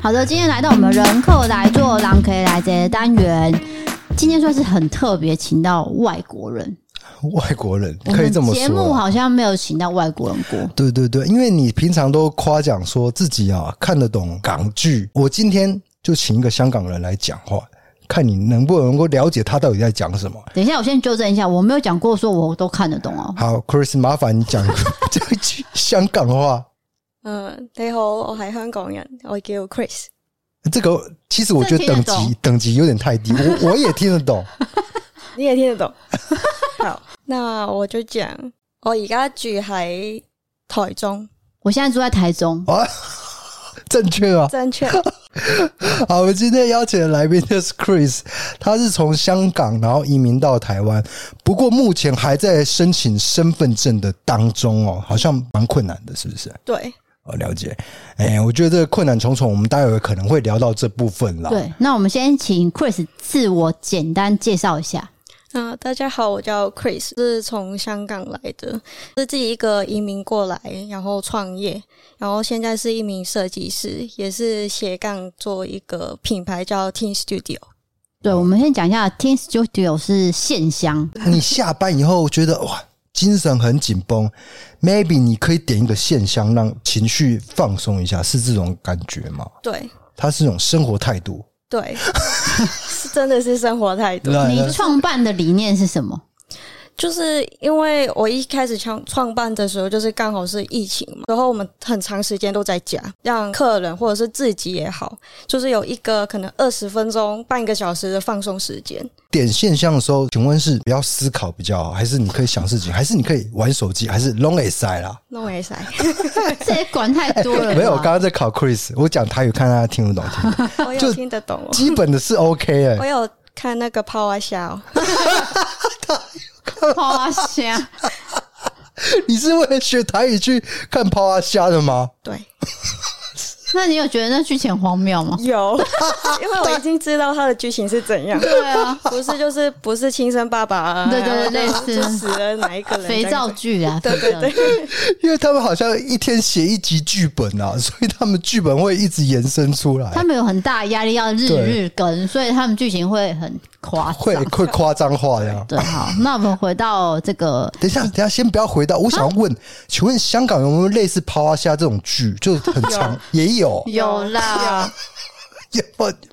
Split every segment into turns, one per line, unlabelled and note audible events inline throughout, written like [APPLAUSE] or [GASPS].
好的，今天来到我们人客来做狼可以来这单元，今天算是很特别，请到外国人。
外国人
我
可以
们
这么
节目
说啊。
好像没有请到外国人过。
对对对，因为你平常都夸奖说自己啊看得懂港剧，我今天就请一个香港人来讲话，看你能不能够了解他到底在讲什么。
等一下，我先纠正一下，我没有讲过说我都看得懂哦。
好，Chris，麻烦你讲
[LAUGHS]
[LAUGHS] 讲一句香港话。
嗯，你好，我係香港人，我叫 Chris。
这个其实我觉得
这听
等
得懂
级等级有点太低，我我也听得懂。
你也聽得 [LAUGHS] 懂。好，那我就講，我而家住喺台中，
我现在住在台中，
啊，正确啊！
正 [LAUGHS] 确。
好，我们今天邀请的来宾就是 Chris，他是从香港然后移民到台湾，不过目前还在申请身份证的当中哦，好像蛮困难的，是不是？
對，
哦，了解。哎、我觉得这个困难重重，我们待会可能会聊到这部分啦。
对。那我们先请 Chris 自我简单介绍一下。
啊、大家好，我叫 Chris，是从香港来的，是自己一个移民过来，然后创业，然后现在是一名设计师，也是斜杠做一个品牌叫 Teen Studio。
对，我们先讲一下 Teen Studio 是线香，
你下班以后觉得哇，精神很紧绷，maybe 你可以点一个线香，让情绪放松一下，是这种感觉吗？
对
它是一种生活态度。
[LAUGHS] 对，是真的是生活态度。
哎
你创办的理念是什么？
[LAUGHS]
就是因为我一开始创创办的时候，就是刚好是疫情嘛，然后我们很长时间都在家，让客人或者是自己也好，就是有一个可能二十分钟、半个小时的放松时间。
点现象的时候，请问是不要思考比较好，还是你可以想事情，还是你可以玩手机，还是 long s i 啦？
弄
[LAUGHS]
没塞，
这也管太多了吧。
没有，我刚刚在考 Chris，我讲台语看他听不懂，
[LAUGHS]
听不懂
我
就
有听得懂哦，
基本的是 OK 哎、
我有看那个《泡蛙啊虾》
花香，
你是为了学台语去看抛啊虾的吗？
对，
那你有觉得那剧情很荒谬
[LAUGHS]
吗？
有，因为我已经知道它的剧情是怎
[LAUGHS]
样，
对啊，
不是就是不是亲生爸爸、啊，
对对对
然后
类似
就死了哪一个人，
肥皂剧啊，对
这样 [LAUGHS] 子，对对对，
因为他们好像一天写一集剧本啊，所以他们剧本会一直延伸出来
他，们有很大的压力要日
对
日更，所以他们剧情会很夸
会
张。
会夸张化这样。
对，好，那我们回到这个，
等一下，等一下，先不要回到，我想问，请问香港有没有类似抛啊虾这种剧，就很长，也有，
有啦，
有，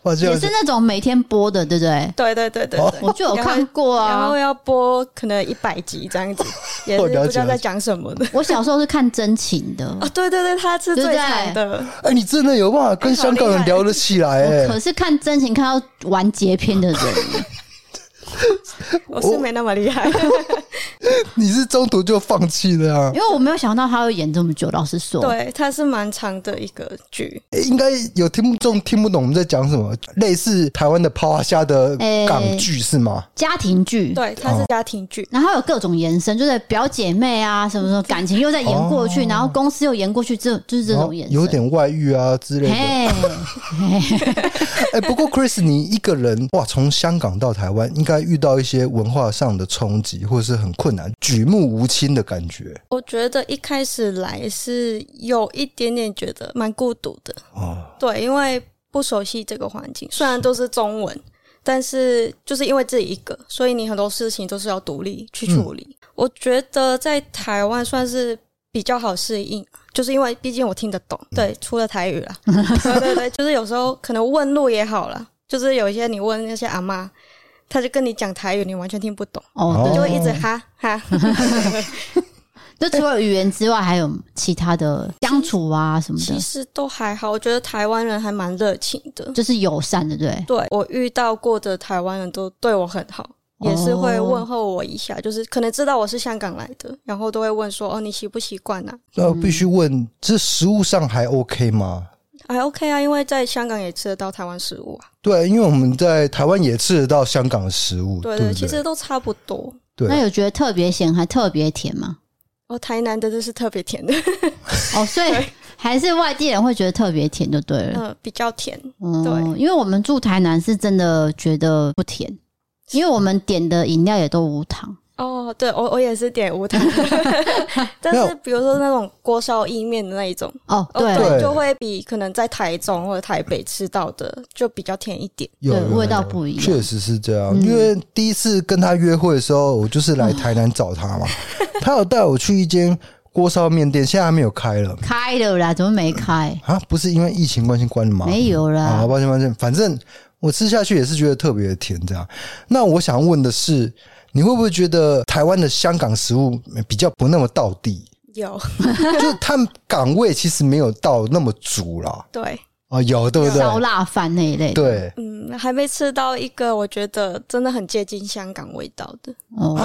好像
也是那种每天播的，对不对？
对对对对对。
我就有看过
然
啊
后。要播可能一百集这
[LAUGHS]
样子，也是
我
不
了解
知道
了
在
解
讲什么的。 [LAUGHS]
我小时候是看真情的，
哦，对对对，它是
对不
最
对
长的，
哎、你真的有办法跟香港人聊得起来、
我
哎
可，是看真情看到完结篇的人，
我哦是没那么
[LAUGHS]
厉害。
你是中途就放弃了啊
因？为我没有想到他会演这么久。老实说，
对，它是蛮长的一个剧，
哎应该有听众听不懂我们在讲什么，类似台湾的抛啊虾的
哎
港剧是吗？
家庭剧，
对，它是家庭剧，
然后有各种延伸，就是表姐妹啊，什么什么感情又在延过去，然后公司又延过去，这就是这
然
种
后
延伸。
哦有点外遇啊之类的。哎、
嘿，
不过 Chris，你一个人哇，从香港到台湾，应该遇到一些文化上的冲击，或者是很困难、举目无亲的感觉
我觉得一开始来是有一点点觉得蛮孤独的，
哦。
对，因为不熟悉这个环境，虽然都是中文，但是就是因为自己一个，所以你很多事情都是要独立去处理。我觉得在台湾算是比较好适应，啊就是因为毕竟我听得懂，对，除了台语啦， [LAUGHS] 对对对，就是有时候可能问路也好啦，就是有一些你问那些阿妈。他就跟你讲台语，你完全听不懂，
哦，
你
对
就会一直哈哈。 [LAUGHS]
就除了语言之外，还有其他的相处啊
嗯
什么
其
的，
实都还好，我觉得台湾人还蛮热情的，
就是友善的，对不对。
对我遇到过的台湾人都对我很好，也是会
哦
问候我一下，就是可能知道我是香港来的，然后都会问说：“哦，你习不习惯啊
那我必须问，这食物上还 OK 吗？？”
还 OK 啊，因为在香港也吃得到台湾食物啊。
对，因为我们在台湾也吃得到香港的食物，
对
哦对不
其实都差不多。
对
那有觉得特别咸还特别甜 [LAUGHS] 吗？
哦，台南的这是特别甜的，
哦，所以还是外地人会觉得特别甜就对了。
呃，比较甜。
嗯，
对
因为我们住台南是真的觉得不甜，因为我们点的饮料也都无糖，
哦，对我我也是点无糖，
[LAUGHS]
但
没
是
有
比如说那种锅烧意面的那一种，
哦，
哦
对，
对
就会比可能在台中或者台北吃到的就比较甜一点。
有
对
有
味道
有
不一样嗯
确实是这样。因为第一次跟他约会的时候，我就是来台南找他
[LAUGHS]
嘛，他有带我去一间锅烧面店，现在还没有开了
开了啦，怎么没开？
啊，不是因为疫情关系关了吗？
没有啦
啊，，抱歉抱歉，反正我吃下去也是觉得特别的甜这样。那我想问的是，你会不会觉得台湾的香港食物比较不那么道
[LAUGHS]
地？
有，
就是他们港味其实没有到那么足啦。
[LAUGHS] 对，
哦，有对不对？
烧腊饭那一类。，
对，
嗯，还没吃到一个我觉得真的很接近香港味道的。
哦，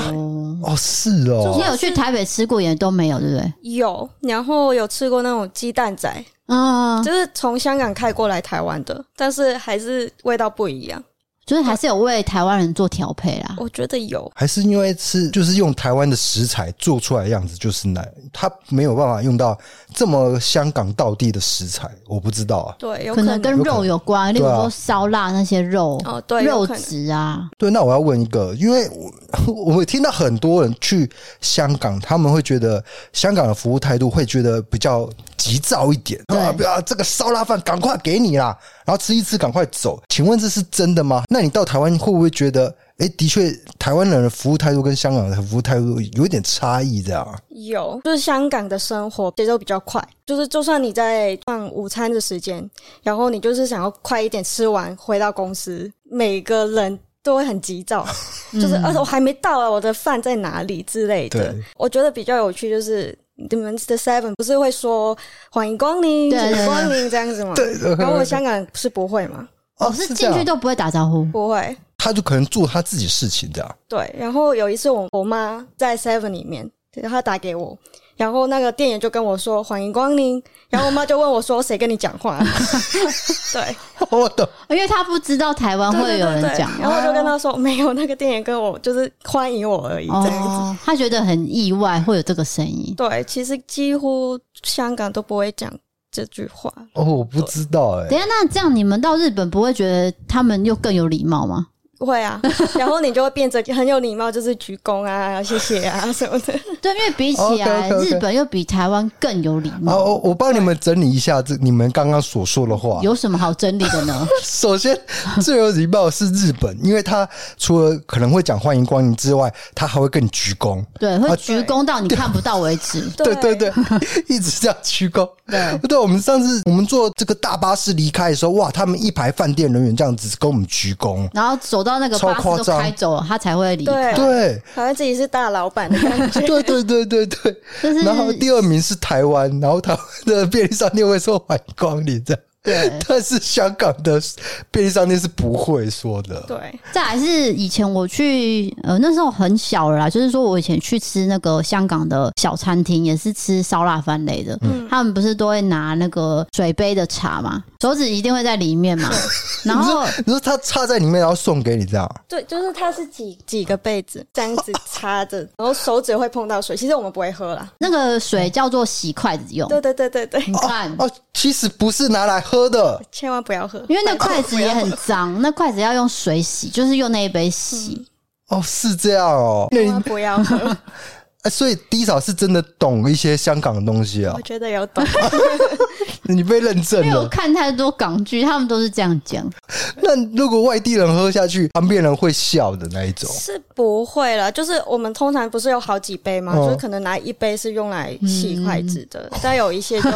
哦是哦
你，有去台北吃过也都没有，对不对？
有，然后有吃过那种鸡蛋仔，
嗯，
就是从香港开过来台湾的，但是还是味道不一样。
就是还是有为台湾人做调配啦。
我觉得有，
还是因为吃就是用台湾的食材做出来的样子就是难，它没有办法用到这么香港道地的食材，我不知道啊。
对，有
可能跟肉有关，例如
对啊
说烧腊那些肉、
哦，对，有
肉
可能
质啊，
对，那我要问一个，因为我我听到很多人去香港，他们会觉得香港的服务态度会觉得比较急躁一点，
对
啊，不要这个烧腊饭，赶快给你啦，然后吃一吃，赶快走。请问这是真的吗？那你到台湾会不会觉得，哎，的确台湾人的服务态度跟香港的服务态度有一点差异，这样啊？
有，就是香港的生活节奏比较快，就是就算你在放午餐的时间，然后你就是想要快一点吃完回到公司，每个人都会很急躁，
嗯
就是
哦
而且我还没到啊，我的饭在哪里之类的
对。
我觉得比较有趣就是。你们的 Seven 不是会说欢迎光临，
对
请
对对
光临这样子
[LAUGHS]
吗？
对，
然后我香港是不会嘛，
我、
哦
是
这
进去
样，
都不会打招呼。
不会。
他就可能做他自己事情这样。 [LAUGHS]
对，然后有一次我我妈在 Seven 里面，然后她打给我，然后那个店员就跟我说欢迎
[LAUGHS]
光临，然后我妈就问我说谁跟你讲话？
[LAUGHS]
对，
我懂，
因为他不知道台湾会有人
对对对哦
讲
然后我就跟她说没有，那个店员跟我就是欢迎我而已这样子。
哦，他觉得很意外会有这个声音。
对，其实几乎香港都不会讲这句话。
哦，我不知道哎、
等一下，那这样你们到日本不会觉得他们又更有礼貌吗？
会 [LAUGHS] 啊，然后你就会变得很有礼貌，就是鞠躬啊、谢谢啊什么 [LAUGHS] 的。
对，因为比起来
[LAUGHS] OK，OK，OK 哦
日本又比台湾更有礼
好，
貌。
我我帮你们整理一下这你们刚刚所说的话。
有什么好整理的
[LAUGHS]
呢？
首先，最有礼貌的是日本，因为他除了可能会讲欢迎光临之外，他还会跟你鞠躬。
对，
啊
会鞠躬到你看不到为止。
对对对， [LAUGHS] 一直这样鞠躬。
对，
对，我们上次我们坐这个大巴士离开的时候，哇，他们一排饭店人员这样子跟我们鞠躬。
然后走到那个
超
巴
夸
士都
张
开走了，他才会离开。
对
对，
好像自己是大老板的感觉。
[LAUGHS] 对对对对对。
就是
然后第二名是台湾，然后台湾的便利商店会说欢迎光临这样，
对，
但是香港的便利商店是不会说的。
[LAUGHS] 对，
再来是以前我去，呃，那时候很小了啦，就是说我以前去吃那个香港的小餐厅，也是吃烧腊饭类的。
嗯
他们不是都会拿那个水杯的茶嘛，手指一定会在里面
嗯
嘛。 [LAUGHS] 然后
你说他插在里面，然后送给你这样。
对，就是它是几几个被子这样子插 [LAUGHS] 着，然后手指会碰到水。其实我们不会喝啦。
那个水叫做洗筷子用，
对对对对对，
你看，
哦，其实不是拿来喝的，
千万不要喝，
因为那筷子也很
哎
脏，那筷子要用水洗，就是用那一杯洗。
哦，是这样哦。那
千
你
万不要喝。
哎所以低嫂是真的懂一些香港的东西啊
我，觉得有懂，
你被认证
因为我
了。
看太多港剧，他们都是这样讲。
那如果外地人喝下去，旁边人会笑的那一种。 [LAUGHS]
是不会了。就是我们通常不是有好几杯吗？
哦嗯
就是可能拿一杯是用来洗筷子的，但有
[LAUGHS]
一些就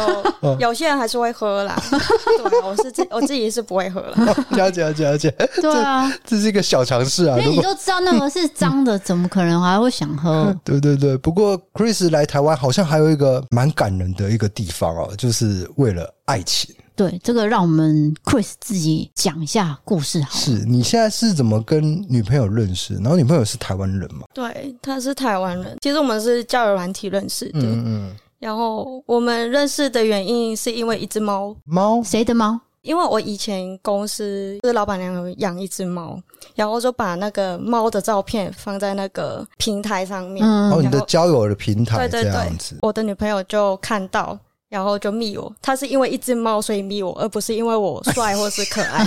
有些人还是会喝啦。对啊，我是自我自己是不会喝啦。
了解了解了解，
对啊，
这是一个小尝试啊。
因为
如
你
果
都知道那个是脏的，怎么可能还会想
[LAUGHS]
嗯
喝？
对对对，不过 Chris 来台湾好像还有一个蛮感人的一个地方哦，就是为了爱情。
哦
对，这个让我们 Chris 自己讲一下故事好了。
是你现在是怎么跟女朋友认识？然后女朋友是台湾人嘛？
对，他是台湾人，其实我们是交友软体认识的。
嗯嗯，
然后我们认识的原因是因为一只猫
猫
谁的猫？
因为我以前公司就是老板娘有养一只猫，然后就把那个猫的照片放在那个平台上面。
嗯
哦，你的
然后
交友的平台
对
这
对对
样子。
我的女朋友就看到，然后就密我。她是因为一只猫所以密我，而不是因为我帅或是可爱。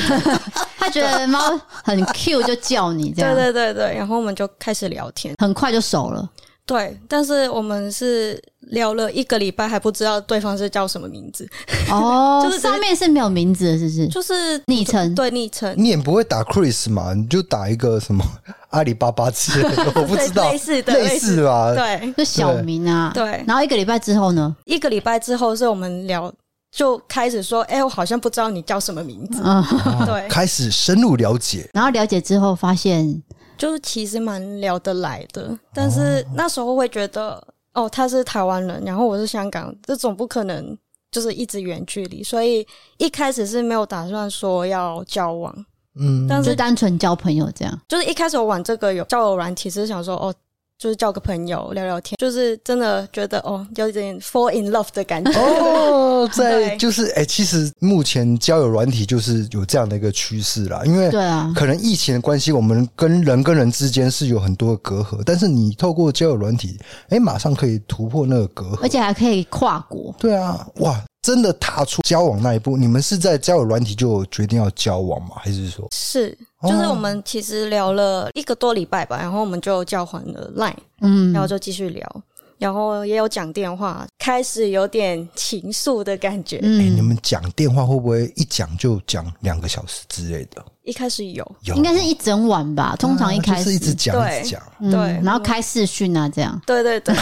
他觉得猫很 Q 就叫你 [LAUGHS] 这
对
样，
对对对，然后我们就开始聊天。
很快就熟了。
对，但是我们是聊了一个礼拜，还不知道对方是叫什么名字，
哦，
[LAUGHS] 就是
上面是没有名字的，是不是？
就是
昵称
对昵称，
你也不会打 Chris 嘛，你就打一个什么 [LAUGHS] 阿里巴巴之类的，我不知道，
类似的
类似吧？
对，
就小名啊。
对
然后一个礼拜之后呢？
一个礼拜之后是我们聊，就开始说，哎、我好像不知道你叫什么名字。
嗯，
对，
哦开始深入了解，
然后了解之后发现，
就是其实蛮聊得来的，但是那时候会觉得，哦，他是台湾人，然后我是香港，这总不可能就是一直远距离，所以一开始是没有打算说要交往，
嗯，
但
就是单纯交朋友这样。
就是一开始我玩这个有交友软体，是想说，哦，就是交个朋友聊聊天，就是真的觉得，哦，有点 fall in love 的感觉。
哦，在
[LAUGHS] 对
就是哎、其实目前交友软体就是有这样的一个趋势啦，因为
对啊，
可能疫情的关系，我们跟人跟人之间是有很多的隔阂，但是你透过交友软体，哎、马上可以突破那个隔
而
阂。
且还可以跨国。
对啊，哇，真的踏出交往那一步，你们是在交友软体就决定要交往吗？还是说，
是，
哦
就是我们其实聊了一个多礼拜吧，然后我们就交换了 Line，
嗯，
然后就继续聊，然后也有讲电话，开始有点情愫的感觉。
哎、你
嗯，
们讲电话会不会一讲就讲两个小时之类的？
一开始有，
有，
应该是一整晚吧。通常一开
啊就是
始
一直讲
对
一直讲，
嗯
对
然后开视讯啊这样。
对
[LAUGHS]
对对，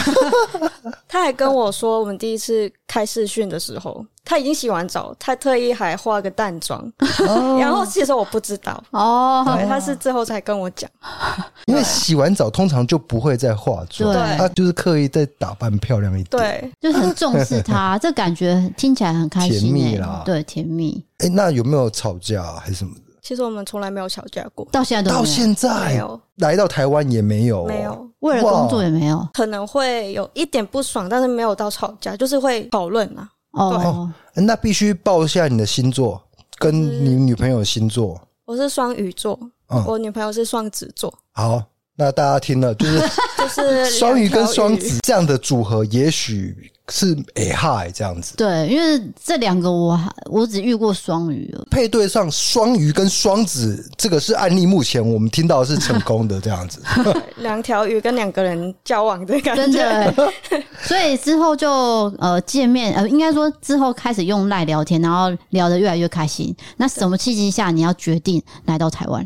他还跟我说，我们第一次开视讯的时候，他已经洗完澡，他特意还化个淡妆，
哦
然后其实我不知道。
哦，
对，他是之后才跟我讲，
因为洗完澡通常就不会再化妆，
对
他就是刻意再打扮漂亮一点。
对，
就很重
[LAUGHS]
视他，这感觉听起来很开心、欸，
甜蜜啦
对，甜蜜，
哎、那有没有吵架、啊、还是什么的？
其实我们从来没有吵架过，
到现在都
到
没有，
现在
没有
来到台湾也没有，
没有，
为了工作也没有。
可能会有一点不爽，但是没有到吵架，就是会讨论啊。
哦，
那必须报一下你的星座跟你女朋友的星座。
我是双鱼座，
嗯
我女朋友是双子座，
好，那大家听了就是
就是
[LAUGHS] 双鱼跟双
两条鱼，
子这样的组合，也许是哎嗨这样子。
对，因为这两个我还我只遇过双鱼哦了，
配对上双鱼跟双子，这个是案例，目前我们听到的是成功的这样子。 [LAUGHS]
对两条鱼跟两个人交往的感
真
[LAUGHS]
觉。
的欸。所以之后就呃见面，呃，应该说之后开始用赖聊天，然后聊得越来越开心。那什么契机下你要决定来到台湾？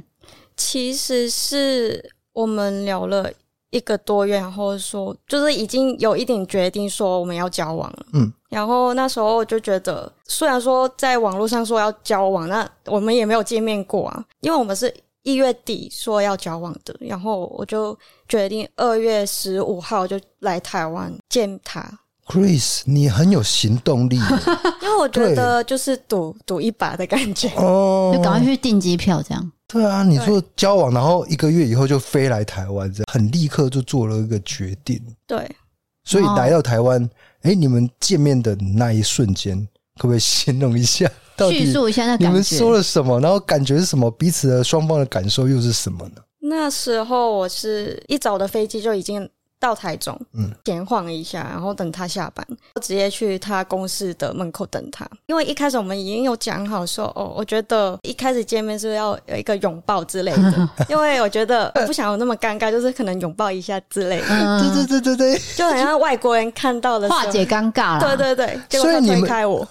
其实是我们聊了一个多月，然后说就是已经有一点决定说我们要交往了。
嗯，
然后那时候我就觉得，虽然说在网络上说要交往，那我们也没有见面过啊，因为我们是一月底说要交往的，然后我就决定二月十五号就来台湾见他，
Chris，你很有行动力
因为我觉得就是赌赌一把的感觉。
哦
就赶快去订机票，这样
对啊，你说交往，然后一个月以后就飞来台湾，这样很立刻就做了一个决定。
对，
所以
哦
来到台湾，哎、你们见面的那一瞬间，可不可以形容一下？到
叙
底
述一下那
你
感
们
觉。
说了什么？然后感觉是什么？彼此的双方的感受又是什么呢？
那时候我是一早的飞机就已经到台中，
嗯
嗯，闲晃一下，然后等他下班，我直接去他公司的门口等他。因为一开始我们已经有讲好说，哦，我觉得一开始见面是要有一个拥抱之类
[LAUGHS]
的，因为我觉得我不想有那么尴尬，就是可能拥抱一下之类的，
嗯，
对对对对对，
就很像外国人看到的时候
化解。尴尬
对
了。
对对，结果
所以
他
你们
推开我，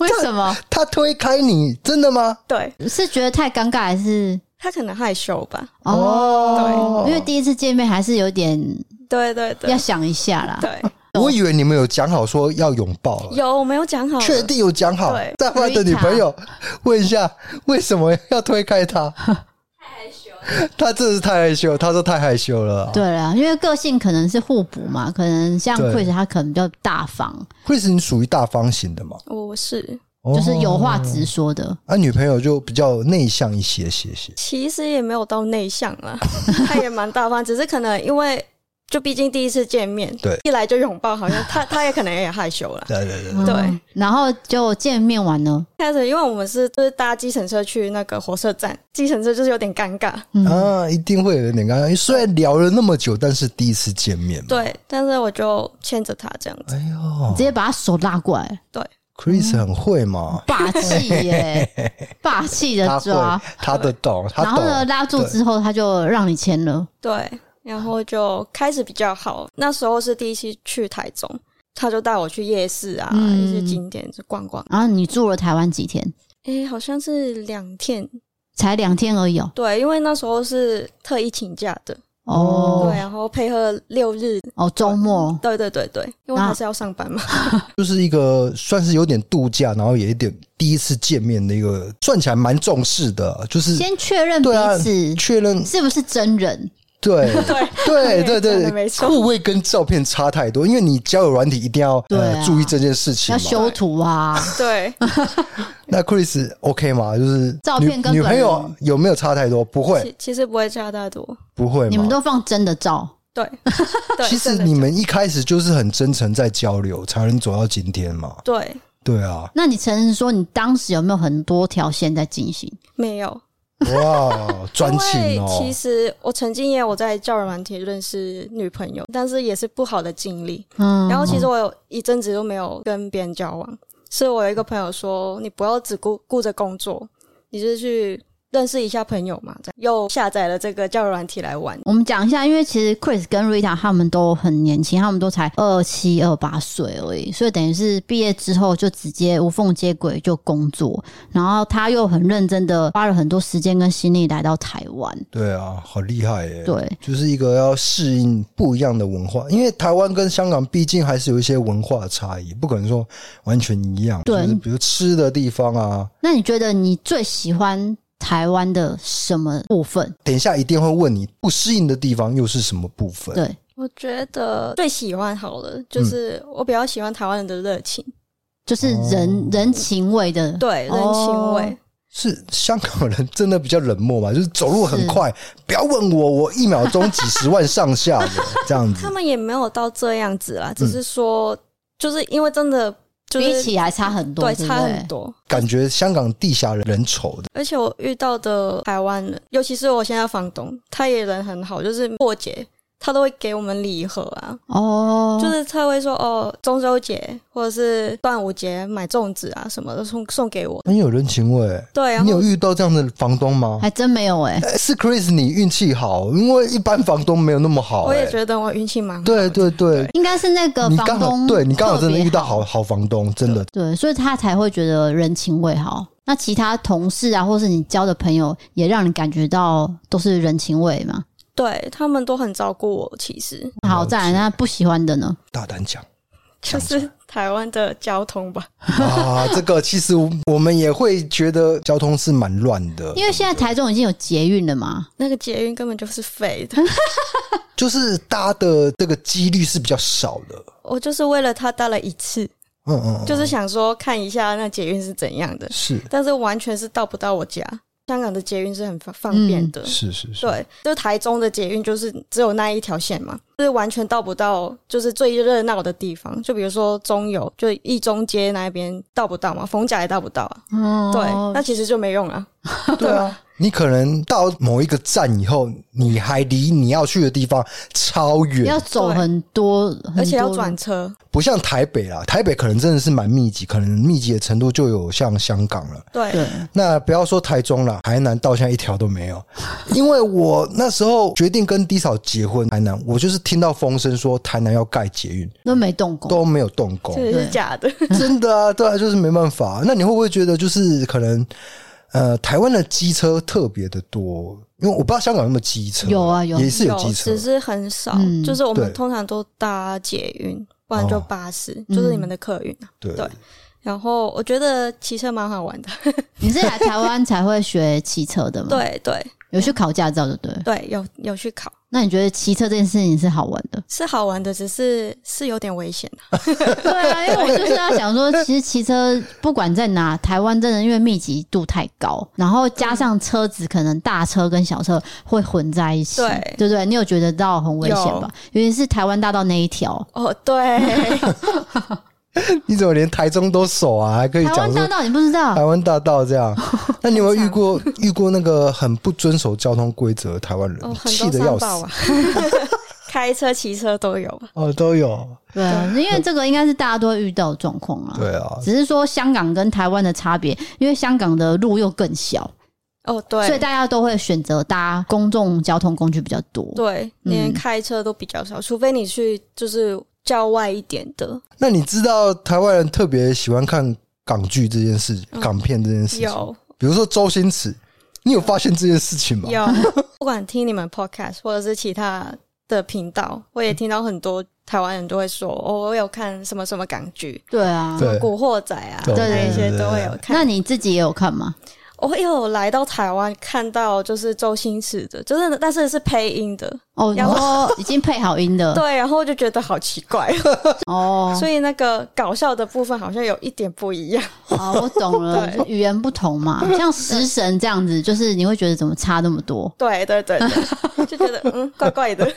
为什么？
他推开你，真的吗？
对
是觉得太尴尬，还是
他可能害羞吧。
哦？因为第一次见面还是有点
对对
要
对
想一下啦。
对，
我以为你们有讲好说要拥抱了，
有我没有讲好？
确定有讲好
对。
再换的女朋友问一下，为什么要推开他？太害羞，他真的是太害羞。他说太害羞了啊。
对啦，因为个性可能是互补嘛，可能像
对
Chris 他可能比较大方，
，Chris，你属于大方型的嘛？
我是
就是有话
哦
直说的。
啊，女朋友就比较内向一些些些。
其实也没有到内向啦， [LAUGHS] 他也蛮大方，只是可能因为就毕竟第一次见面，
对
一来就拥抱，好像他 [LAUGHS] 他也可能也害羞了。
对对对，
嗯
对，
然后就见面完
哦
了，
开始因为我们是就是搭计程车去那个火车站，计程车就是有点尴尬，
嗯
啊，一定会有点尴尬。虽然聊了那么久，但是第一次见面嘛。
对，但是我就牵着他这样子，
哎呦，
直接把他手拉过来。
对，
Chris 很会嘛，
霸气耶、
[LAUGHS]
霸气的
他
抓
会。，他的懂，他
嗯然后呢，
懂。
拉住
对
之后，他就让你签了。
对，然后就开始比较好。那时候是第一次去台中，他就带我去夜市啊，
嗯
一些景点去逛逛。
然后你住了台湾几天？
诶，好像是两天，
才两天而已哦。
对，因为那时候是特意请假的，
哦
对，然啊后配合六日，
哦，周末
对对对对，因为
啊
还是要上班嘛，
就是一个算是有点度假，然后也有点第一次见面的一个，算起来蛮重视的，就是
先确认彼
对啊
此
确
[LAUGHS]
认
是不是真人。
对
[LAUGHS]
对对
真的
对，
没
会
错。
不会跟照片差太多？因为你交友软体一定要、
对啊
呃注意这件事情
要
嘛。
修图啊，
对，
那 Chris OK 吗？就是
照
女
片跟
女
本
朋友
人
有没有差太多？不会，
其其实不会差太多。
不会吗？
你们都放真的照，
对，对，
其
真
实
的
你们一开始就是很真诚在交流，才能走到今天嘛。
对
对啊，
那你承认说你当时有没有很多条线在进行？
没有
[LAUGHS]
哇，专情
因为其
哦。
实我曾经也有在教人软体认识女朋友，但是也是不好的经历。
嗯，
然后其实我有一阵子都没有跟别人交往，是我有一个朋友说，你不要只顾顾着工作，你就去认识一下朋友嘛。这样又下载了这个交友软体来玩，
我们讲一下，因为其实 Chris 跟 Rita 他们都很年轻，他们都才二七二八岁而已，所以等于是毕业之后就直接无缝接轨就工作，然后他又很认真的花了很多时间跟心力来到台湾，
对啊，好厉害耶！
对，
就是一个要适应不一样的文化，因为台湾跟香港毕竟还是有一些文化差异，不可能说完全一样。
对
就是比如吃的地方啊，
那你觉得你最喜欢台湾的什么部分？
等一下一定会问你不适应的地方又是什么部分。
对，
我觉得最喜欢好了，就是
嗯
我比较喜欢台湾人的热情，
就是人、人情味的，
对人情味。
哦
是香港人真的比较冷漠嘛？就是走路很快，不要问我，我一秒钟几十万上下的这样子
[LAUGHS] 他。们也没有到这样子啦，
嗯
只是说，就是因为真的就是
比起来差很多，
对
对不
差很
对
多。
感觉香港地下人人丑的，
而且我遇到的台湾人，尤其是我现在房东，他也人很好，就是过节他都会给我们礼盒啊，
哦，
就是他会说哦，中秋节或者是端午节买粽子啊什么的送送给我。
很有人情味。
对，然
哎你
后
有遇到这样的房东吗？
还真没有哎、
呃是 Chris，你运气好，因为一般房东没有那么好、
我也
欸
觉得我运气蛮好。
对对对，
应该是那个
你
房
刚
东
好，对你刚好真的
特别
遇到好好房东，真的。
对，所以他才会觉得人情味好。那其他同事啊，或是你交的朋友，也让你感觉到都是人情味嘛？
对他们都很照顾我，其实
好，再来，那不喜欢的呢？
大胆讲
就是台湾的交通吧。
啊， [LAUGHS] 这个其实我们也会觉得交通是蛮乱的，
因为现在台中已经有捷运了嘛，
那个捷运根本就是废的，
就是搭的这个几率是比较少的。
我就是为了他搭了一次，
嗯嗯，
哦
嗯
就是想说看一下那捷运是怎样的，
是
但是完全是到不到我家。香港的捷运是很方方
嗯
便的，
是是是，
对，就是台中的捷运就是只有那一条线嘛，就是完全到不到就是最热闹的地方，就比如说中友，就一中街那边到不到嘛，逢甲也到不到啊，
嗯，
对，那其实就没用
[LAUGHS]
啊，对啊，
你可能到某一个站以后，你还离你要去的地方超
要
远，
走很多，很多
而且要转车，
不像台北啦，台北可能真的是蛮密集，可能密集的程度就有像香港了。
对，
对，
那不要说台中了，台南到现在一条都
[LAUGHS]
没有。因为我那时候决定跟低嫂结婚，台南我就是听到风声说台南要盖捷运，
都没动
哦
工。
都没有动工
这，也是假的，
[LAUGHS] 真的啊，对啊，就是没办法。那你会不会觉得就是可能呃台湾的机车特别的多？因为我不知道香港有没有机车，
有啊有
也是有机车
只，是很少，
嗯
就是我
对
们通常都搭捷运，不然就
哦
巴士，就是
嗯
你们的客运啊。
对
对然后我觉得骑车蛮好玩
嗯
的，
你是来台湾才会学骑车的吗？，
[LAUGHS] 对对
有去考驾照，对不对？
对，有有去考。？
那你觉得骑车这件事情是好玩的
是好玩的，只是是有点危险啊、
对啊，因为我就是要想说，其实骑车不管在哪，台湾真的因为密集度太高，然后加上车子可能大车跟小车会混在一起，
对
对不对？你有觉得到很危险吧？尤其是台湾大道那一条，
哦，
[LAUGHS]
对，
你怎么连台中都熟啊？还可以
台湾大
讲说呃
道你不知道
台，湾大道这样？那你有没有遇过遇过那个很不遵守交通规则的台湾人
哦，，很
气
多 [LAUGHS]
得要
三
死 [LAUGHS]
宝啊，开车、骑车都有。
哦，都有。
对，啊因为这个应该是大家都会遇到的状况啦。
对啊，
只是说香港跟台湾的差别，因为香港的路又更小，
哦，对，
所以大家都会选择搭公众交通工具比较多。
对，
嗯
连开车都比较少，除非你去就是郊外一点的。
那你知道台湾人特别喜欢看港剧这件事，港片这件事情，
有
比如说周星驰，你有发现这件事情吗？
有， [LAUGHS] 不管听你们 podcast 或者是其他的频道，我也听到很多台湾人都
[LAUGHS]
会说，哦，我有看什么什么港剧，
对啊，
对
《古惑仔》啊，
对
对
那一些
对对 [LAUGHS]
都会有看。
那你自己也有看吗？
我有来到台湾，看到就是周星驰的，就是但是是配音的，
哦，你
有
说已经配好音的
对，然后我就觉得好奇怪，
哦，
[LAUGHS] 所以那个搞笑的部分好像有一点不一样。 [LAUGHS]
哦，我懂了，
对
就是语言不同
[LAUGHS]
嘛，像食神这样子，就是你会觉得怎么差那么多？
对对对对， [LAUGHS] 就觉得嗯，怪怪的。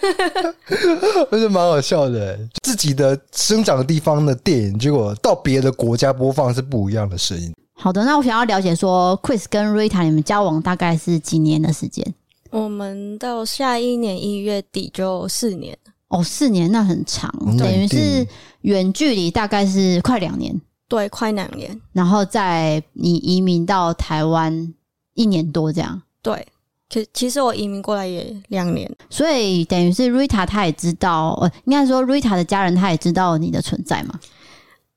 我觉得蛮好笑的。自己的生长的地方的电影，结果到别的国家播放是不一样的声音。
好的，那我想要了解说，Chris 跟 Rita 你们交往大概是几年的时间？
[LAUGHS] 我们到下一年一月底就四年，
哦，四年，那很长，
嗯
等于
对
是远距离大概是快两年，
对，快两年，
然后在你移民到台湾一年多这样，
对。其其实我移民过来也两年，
所以等于是 Rita 她也知道，呃，应该说 Rita 的家人她也知道你的存在嘛？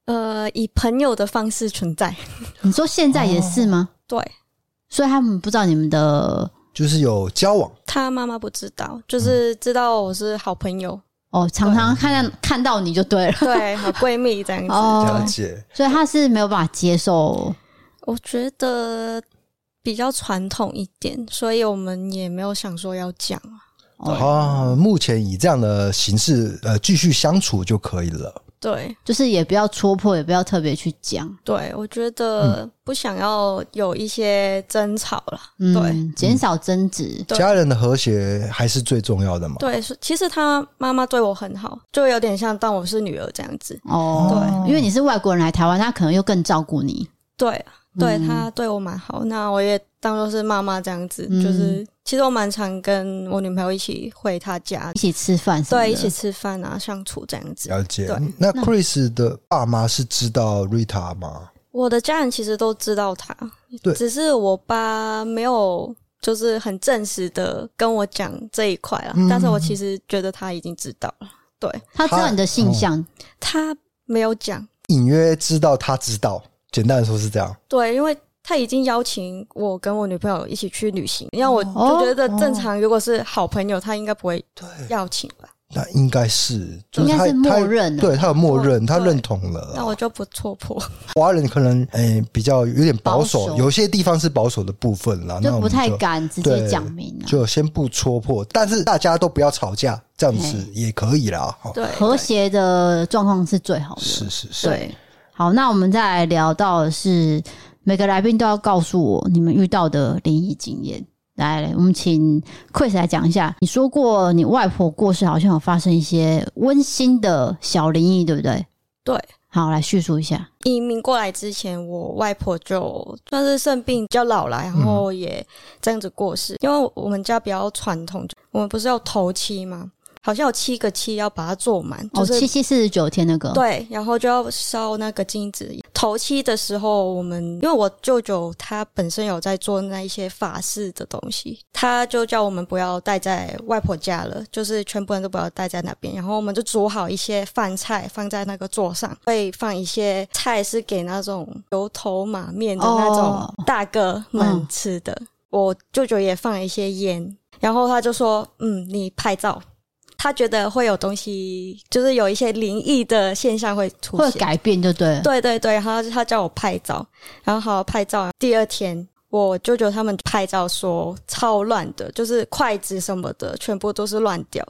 呃，以朋友的方式存在，
你说现在也是吗？
对
所以他们不知道你们的
就是有交往，
他妈妈不知道，
嗯
就是知道我是好
[LAUGHS]
朋友，
哦，常常看到看到你就对了。
对，好闺蜜这样子。
了
哦，
解，
所以他是没有办法接受
我觉得比较传统一点，所以我们也没有想说要讲啊。
哦，
啊，目前以这样的形式呃继续相处就可以了。
对
就是也不要戳破，也不要特别去讲，
对，我觉得不想要有一些争吵啦。对
嗯，减少争执。
对
家人的和谐还是最重要的嘛。
对，是其实他妈妈对我很好，就有点像当我是女儿这样子。
哦，因为你是外国人来台湾，他可能又更照顾你。
对啊，对
嗯
他对我蛮好，那我也当做是妈妈这样子。
嗯
就是其实我蛮常跟我女朋友一起回她家
一，起吃饭什么的，
对，一起吃饭啊，相处这样子。
了解
对。
那
那
Chris 的爸妈是知道 Rita 吗？
我的家人其实都知道他，
对
只是我爸没有就是很正式的跟我讲这一块啦。
嗯
但是我其实觉得他已经知道了，
他知道你的性向，
他没有讲，
隐约知道他知道，简单的说是这样。
对，因为他已经邀请我跟我女朋友一起去旅行，因为我
哦
就觉得正常，如果是好朋友，他应该不会
对，
邀请吧。
那应该是，就
应该
他
是默认
他
了。
对他有默认，
对
他认同了
那我
啦。
就不戳破，
华人可能诶、比较有点保
保
守，
守
有些地方是保守的部分啦，那
就
我
不
们
太
就
敢直接
对
讲明啊，
就先不戳破，但是大家都不要吵架，这样子也可以啦。好，
[LAUGHS] [LAUGHS] 对，
和谐的状况是最好的。
是是是，
对，好，那我们再来聊到的是每个来宾都要告诉我你们遇到的灵异经验。来，我们请 Chris 来讲一下。你说过你外婆过世，好像有发生一些温馨的小灵异，对不对？
对。
好，来叙述一下。
移民过来之前，我外婆就算是生病比较老了，
嗯
然后也这样子过世。因为我们家比较传统，我们不是要头七吗？好像有七个七要把它做满，
哦，
就是、
七七四十九天那个，，
对，然后就要烧那个金子。头七的时候，我们因为我舅舅他本身有在做那一些法事的东西，他就叫我们不要待在外婆家了，就是全部人都不要待在那边。然后我们就煮好一些饭菜放在那个桌上，会放一些菜是给那种油头马面的那
哦
种大哥
嗯
们吃的。我舅舅也放了一些烟，然后他就说：“嗯，你拍照。”他觉得会有东西，就是有一些灵异的现象会出
会有
现。
改变就对了。
对对对，然后他叫我拍照，然后好好拍照。第二天，我舅舅他们拍照说超乱的，就是筷子什么的全部都是乱掉。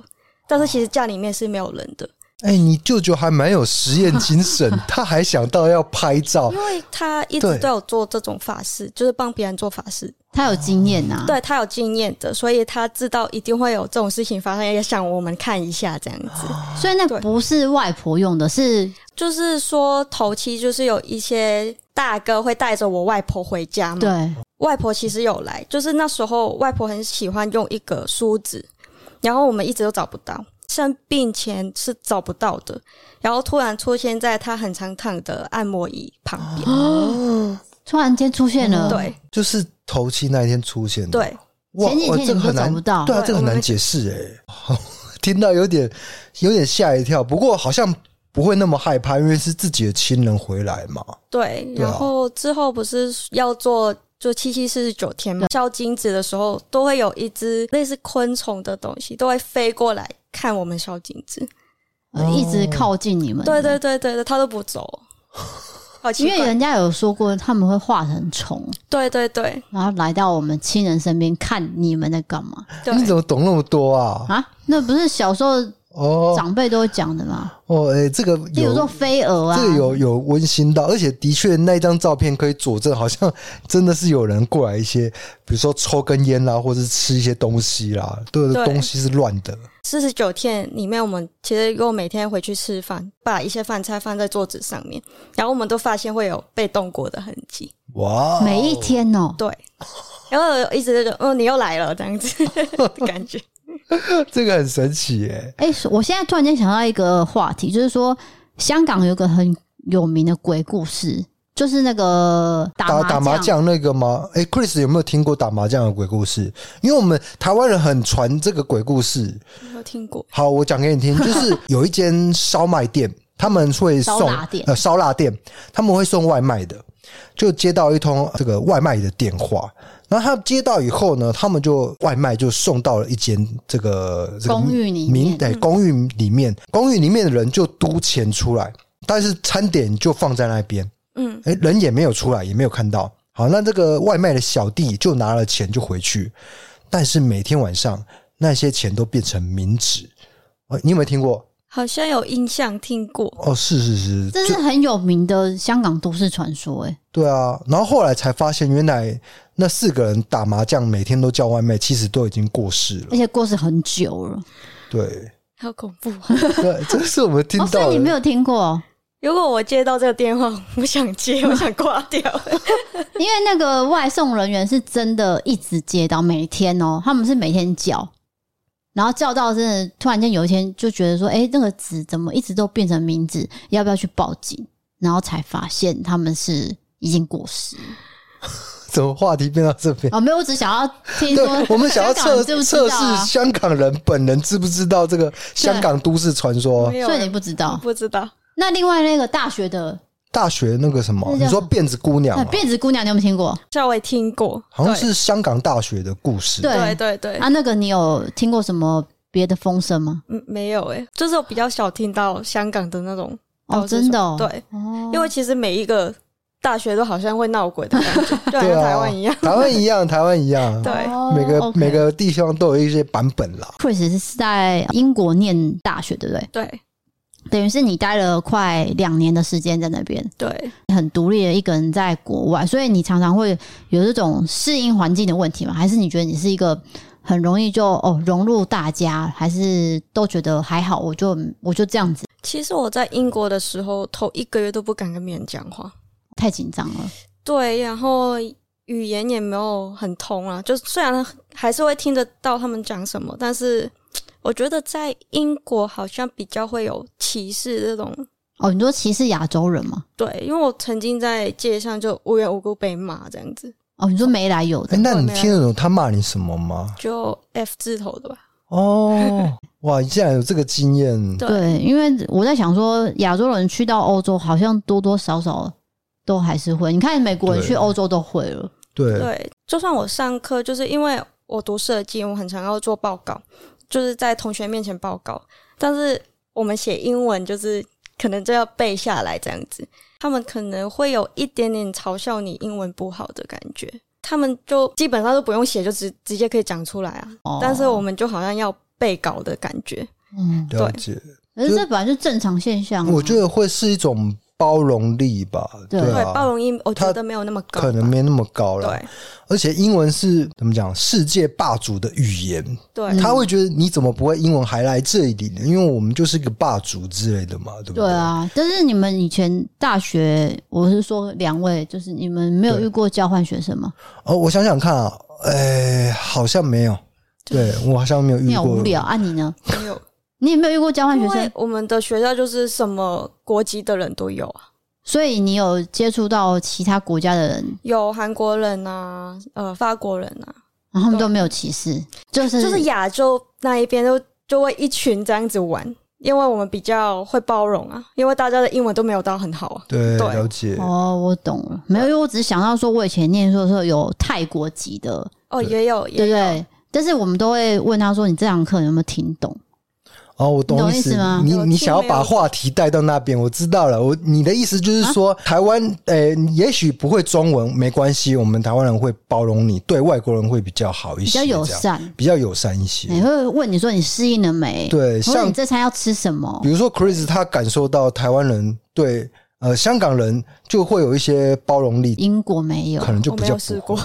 但是其实家里面是没有人的，
哦
哎、你舅舅还蛮有实验精神，
[LAUGHS]
他还想到要拍照
因，为他一
对
直都有做这种法事，就是帮别人做法事，
他有经验呐、啊，
对他有经验的，所以他知道一定会有这种事情发生，也想我们看一下这样子。
所以那
对
不是外婆用的，是
就是说头七就是有一些大哥会带着我外婆回家嘛，
对，
外婆其实有来，就是那时候外婆很喜欢用一个梳子，然后我们一直都找不到。生病前是找不到的，然后突然出现在他很常躺的按摩椅旁边。
突然间出现了，
嗯对
就是头七那一天出现的。
对，
哇，
前几
哇
天
这
你
个
们都找
很难
不到
对啊，
对
这个很
我们
难解释哎、听到有点有点吓一跳，不过好像不会那么害怕，因为是自己的亲人回来嘛。
对，
对啊
然后之后不是要做就七七四十九天嘛，消精子的时候都会有一只类似昆虫的东西都会飞过来看我们消精子。
呃一直靠近你们。
对对对对对，它都不走，好奇
因为
怪。
人家有说过他们会化成虫，
对对对
然后来到我们亲人身边看你们在干嘛
对，
你怎么懂那么多啊？
啊？那不是小时候
哦
长辈都会讲的吗？
哦，哎、这个
例如
有
说飞蛾啊，
这个有有温馨到，而且的确那张照片可以佐证，好像 [LAUGHS] 真的是有人过来一些，比如说抽根烟啦，或者是吃一些东西啦，都有的
对
东西是乱的。
四十九天里面，我们其实又每天回去吃饭，把一些饭菜放在桌子上面，然后我们都发现会有被动过的痕迹。
哇哦，
每一天哦、
[LAUGHS] 对，然后有一直就哦，你又来了这样 [LAUGHS] 子的感觉。
这个很神奇耶、
哎、我现在突然间想到一个话题，就是说香港有个很有名的鬼故事，就是那个打
打
麻
打麻将那个吗？哎、c h r i s 有没有听过打麻将的鬼故事？因为我们台湾人很传这个鬼故事。
没有听过，
好，我讲给
[LAUGHS]
你听，就是有一间烧麦店，他们会送
烧腊店
呃烧腊店，他们会送外卖的，就接到一通这个外卖的电话，然后他接到以后呢，他们就外卖就送到了一间这个这个
公寓里
民
面，嗯
对公寓里面，公寓里面的人就督钱出来，但是餐点就放在那边，
嗯，
哎，人也没有出来，也没有看到。好，那这个外卖的小弟就拿了钱就回去，但是每天晚上那些钱都变成冥纸。哦，你有没有听过？
好像有印象听过。
哦，是是是，
这
就是
很有名的香港都市传说、哎，
对啊。然后后来才发现，原来那四个人打麻将，每天都叫外卖，其实都已经过世了
而。且过世很久了，
对，
好恐怖！
[LAUGHS]
对，这是我们听
哦，所
到
以你没
的。
有听过，
[LAUGHS]
哦
如果我接到这个电话，我不想接，我想挂掉。
[LAUGHS] 因为那个外送人员是真的一直接到每天哦、他们是每天叫，然后叫到真的突然间有一天就觉得说，哎、那个纸怎么一直都变成名字，要不要去报警？然后才发现他们是已经过世了
怎么话题变到这边？
哦，没有，我只想要听
对
说，
我们想要
香港
测
人知不知
测
道
试
啊
香港人本人知不知道这个香港都市传说
没。有
哦所以你不知道。
不知道，
那另外那个大学的
大学那个什么，
那
你
叫
说
什么
辫子姑娘
那
啊、
辫子姑娘，你有没有听过？
稍微听过，
好像是香港大学的故事。
对
对对对，
啊，那个你有听过什么别的风声吗？
嗯，没有诶、就是我比较少听到香港的那种
哦，真的、哦，，
对，
哦，
因为其实每一个大学都好像会闹鬼的感
[LAUGHS]
觉，就好
对
像
啊，
台湾一样。
台湾一样，台湾一样。
对
哦
每个
OK
每个地方都有一些版本啦。
Chris 是在英国念大学，对不对？
对
等于是你待了快两年的时间在那边，
对，
很独立的一个人在国外，所以你常常会有这种适应环境的问题吗？还是你觉得你是一个很容易就哦融入大家，还是都觉得还好，我就我就这样子，
其实我在英国的时候，头一个月都不敢跟别人讲话，
太紧张了。
对，然后语言也没有很通啊，就虽然还是会听得到他们讲什么，但是我觉得在英国好像比较会有歧视这种。
哦，你说歧视亚洲人吗？
对，因为我曾经在街上就无缘无故被骂这样子，
哦，你说没来由的，
哎、那你听得懂他骂你什么吗？
就 F 字头的吧。
哦，哇，你竟然有这个经验，
对
对，因为我在想说，亚洲人去到欧洲，好像多多少少都还是会。你看美国人
对
去欧洲都会了，
对
对，就算我上课，就是因为我读设计，我很常要做报告，就是在同学面前报告。但是我们写英文，就是可能就要背下来这样子。他们可能会有一点点嘲笑你英文不好的感觉，他们就基本上都不用写，就直直接可以讲出来啊。
哦
但是我们就好像要背稿的感觉，
嗯，
了解。
可是这本来就正常现象啊、
我觉得会是一种包容力吧，
对
对，包
啊，
容音我
他
觉得没有那么高吧，
可能没那么高了。
对
而且英文是怎么讲？世界霸主的语言，
对嗯
他会觉得你怎么不会英文还来这里呢？因为我们就是一个霸主之类的嘛，对不对？
对啊，但是你们以前大学，我是说两位，就是你们没有
对
遇过交换学生吗？
哦，我想想看啊，哎、好像没有，对我好像没有遇
你好
过。
无聊啊！你呢？
没有
你有没有遇过交换学
因
生
为？我们的学校就是什么国籍的人都有啊，
所以你有接触到其他国家的人，
有韩国人啊，呃，法国人啊，
然后他们都没有歧视，就是
就是亚洲那一边就就会一群这样子玩，因为我们比较会包容啊，因为大家的英文都没有到很好啊。
对，
对
了解。
哦，我懂了，没有，因为我只是想到说，我以前念书的时候有泰国籍的，
哦，也有，
对
也
不
有，
对？但是我们都会问他说：“你这堂课有没有听懂
哦，我
你懂
意
意思吗
你
有
你
听
想要
没
把
有
话题带到那边，我知道了。我你的意思就是
啊
说，台湾诶、也许不会中文没关系，我们台湾人会包容你，对外国人会比较好一？”
比
些，
较友
这样，
善，
比较友善一些。
你会问你说你适应了没？，
对，
或者
像
你这餐要吃什么
比？如说 Chris，他感受到台湾人对呃香港人就会有一些包容力，
英国没有
可，能就
我
比
没
较
有
不
试
会
过。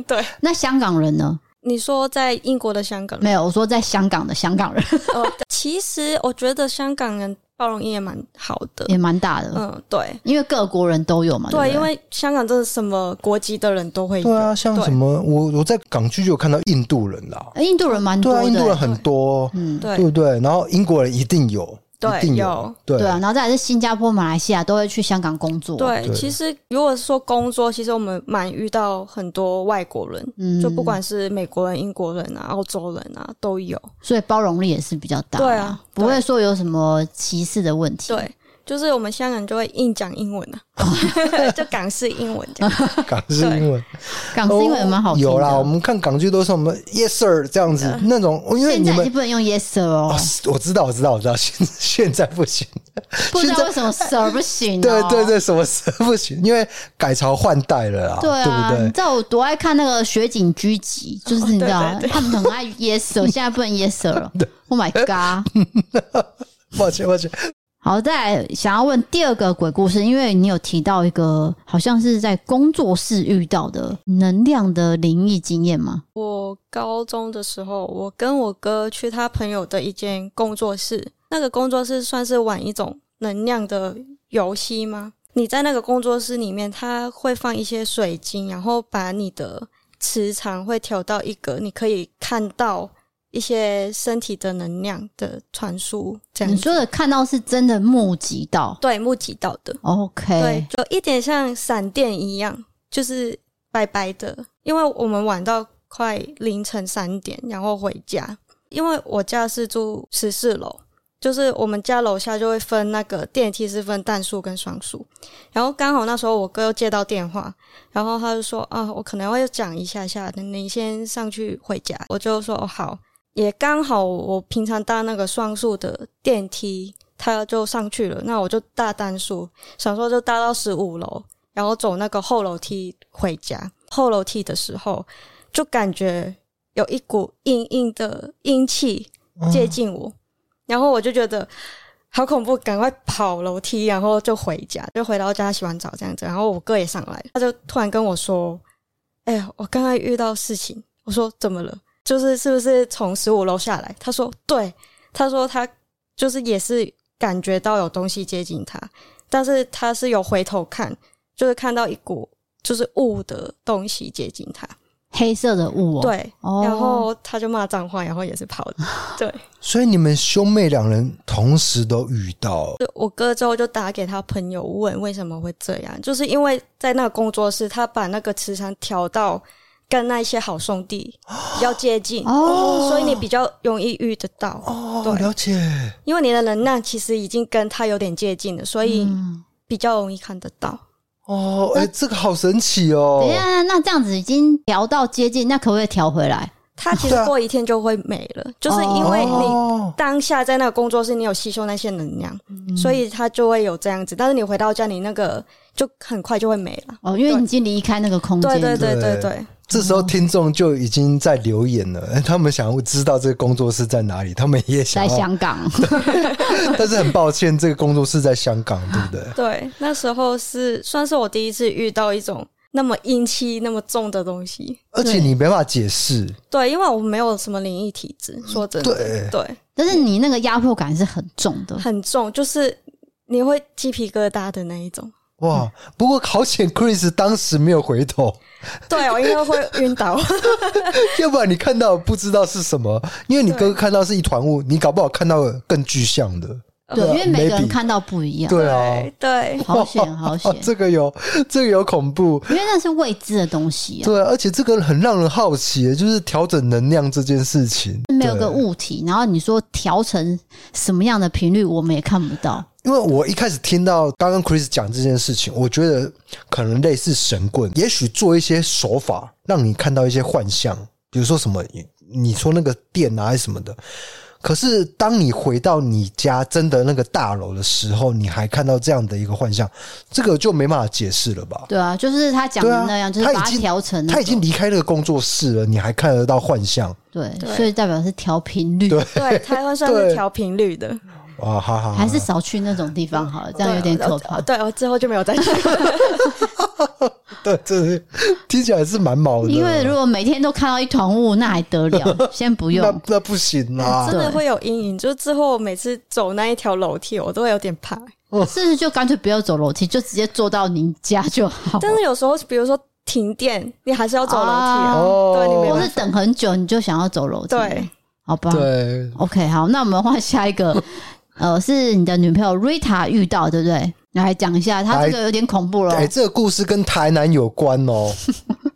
[LAUGHS] 对，
那香港人呢？
你说在英国的香港人，
没有，我说在香港的香港人
哦，其实我觉得香港人包容性也蛮好
[LAUGHS]
的。
也蛮大的，
嗯，对，
因为各国人都有嘛。对不
对，
对，
因为香港真的什么国籍的人都会有。
对啊，像什么我我在港剧就有看到印度人啦，
呃印度人蛮多
对啊，
的，
印度人很多，
嗯，
嗯对
对不对？然后英国人一定有，
对
一定
有，
对
对啊，然后再来是新加坡、马来西亚都会去香港工作，，
对，
对
其实如果说工作，其实我们蛮遇到很多外国人，
嗯
就不，管是美国人、英国人啊、澳洲人啊，都有。
所以包容力也是比较大，
对啊
不会说有什么歧视的问题，
对，就是我们香港人就会硬讲英文啊， [LAUGHS] 就港式英文这样。
[LAUGHS] 港式英文，
港式英文也蛮好听的。
哦有啦，我们看港剧都是我们 yes sir 这样子那种，因为
现
你
在已
们
经不能用 yes sir 哦
哦，，我知道，我知道，我知道，现现在不行，
不知
现
道
在
为什么 sir 不行、哦。
[LAUGHS] 对对对，什么时候不行？因为改朝换代了啦，
对啊，
对
你
不
知道我多爱看那个雪景狙击，就是你知道、
哦对对对
他们很爱 yes
[LAUGHS]
sir，现在不能 yes sir 了。Oh my god！
对？抱歉，抱歉，
好，再来想要问第二个鬼故事，因为你有提到一个好像是在工作室遇到的能量的灵异经验吗？
我高中的时候，我跟我哥去他朋友的一间工作室，那个工作室算是玩一种能量的游戏吗？你在那个工作室里面，他会放一些水晶，然后把你的磁场会调到一个你可以看到一些身体的能量的传输，这样
你
子
说的看到是真的目击到
对目击到的。对
，OK，，
就一点像闪电一样，就是白白的。因为我们玩到快凌晨三点，然后回家。因为我家是住十四楼，就是我们家楼下就会分那个电梯是分单数跟双数。然后刚好那时候我哥又接到电话，然后他就说啊，我可能会讲一下下，你先上去回家。我就说哦好，也刚好我平常搭那个双数的电梯，他就上去了，那我就搭单数，想说就搭到十五楼，然后走那个后楼梯回家。后楼梯的时候，就感觉有一股硬硬的阴气接近我，然后我就觉得好恐怖，赶快跑楼梯，然后就回家，就回到家洗完澡这样子。然后我哥也上来，他就突然跟我说：“哎呀，我刚才遇到事情。”我说：“怎么了？就是是不是从十五楼下来？”他说：“对。”他说他就是也是感觉到有东西接近他，但是他是有回头看，就是看到一股就是雾的东西接近他，
黑色的雾哦，，
对，
哦、
然后他就骂脏话，然后也是跑
[LAUGHS]
的，对，
所以你们兄妹两人同时都遇到，
就我哥之后就打给他朋友问为什么会这样，就是因为在那个工作室，他把那个磁场调到跟那一些好
[GASPS]
兄弟比较接近，
哦
所以你比较容易遇得到，
哦，
对
了解。
因为你的能量其实已经跟他有点接近了，所以
嗯
比较容易看得到。
哦，哎、这个好神奇
等
哦
一！下，那这样子已经调到接近，那可不可以调回来？
他其实
对啊
过一天就会没了，就是因为你
哦，
当下在那个工作室，你有吸收那些能量，
嗯
所以它就会有这样子。但是你回到家，你那个就很快就会没了。
哦，因为你已经离开那个空间
对
了，
对对
对
对对，
这时候听众就已经在留言了，哎他们想要知道这个工作室在哪里，他们也想
在
要，
香港，
[LAUGHS] 但是很抱歉，这个工作室在香港，对不对？
对，那时候是算是我第一次遇到一种那么阴气那么重的东西。
而且你没办法解释，
对，因为我没有什么灵异体质，
嗯
说真的，
对
对，
但是你那个压迫感是很重的，
很重，就是你会鸡皮疙瘩的那一种。
哇！不过好险，Chris 当时没有回头， [LAUGHS]
对我应该会
[LAUGHS]
晕倒。
要不然你看到不知道是什么，因为你哥哥看到是一团雾，你搞不好看到更具象的。
对，因为每个
maybe
人看到不一样，
对啊，
对，
好险好险
[LAUGHS] 哦，这个有这个有恐怖，
因为那是未知的东西啊，
对啊，而且这个很让人好奇，就是调整能量这件事情，
没有个
对。
物体，然后你说调成什么样的频率，我们也看不到。
因为我一开始听到刚刚 Chris 讲这件事情，我觉得可能类似神棍，也许做一些手法让你看到一些幻象，比如说什么你你说那个电啊还是什么的。可是当你回到你家真的那个大楼的时候，你还看到这样的一个幻象，这个就没办法解释了吧？
对啊，就是他讲
对
的
啊
那样，就是
他已
把它
经
调成那
他已经
种
离开那个工作室了，你还看得到幻象
对，
对
所以代表是调频率，
对，台湾算
对
是调频率的，
啊！哈哈，
还是少去那种地方好了，这样有点
对
可
我
啊
怕
我。对，我之后就没有再去。
对，这是听起来是蛮毛的，
因为如果每天都看到一团雾，那还得
[LAUGHS]
了？先不
那
用，
那不行啦
哦对
真，的会有阴影，就之后每次走那一条楼梯，我都会有点怕。
是不是就干脆不要走楼梯，就直接坐到您家就好？
但是有时候，比如说停电，你还是要走楼梯啊。
哦
对，你没
或
办
是
法。
等很久，你就想要走楼梯，
对，
好吧？
对，
OK，好，那我们换下一
[LAUGHS]
个，呃，是你的女朋友 Rita 遇到，对不对？来讲一下，她这个有点恐怖了
哎、。这个故事跟台南有关哦。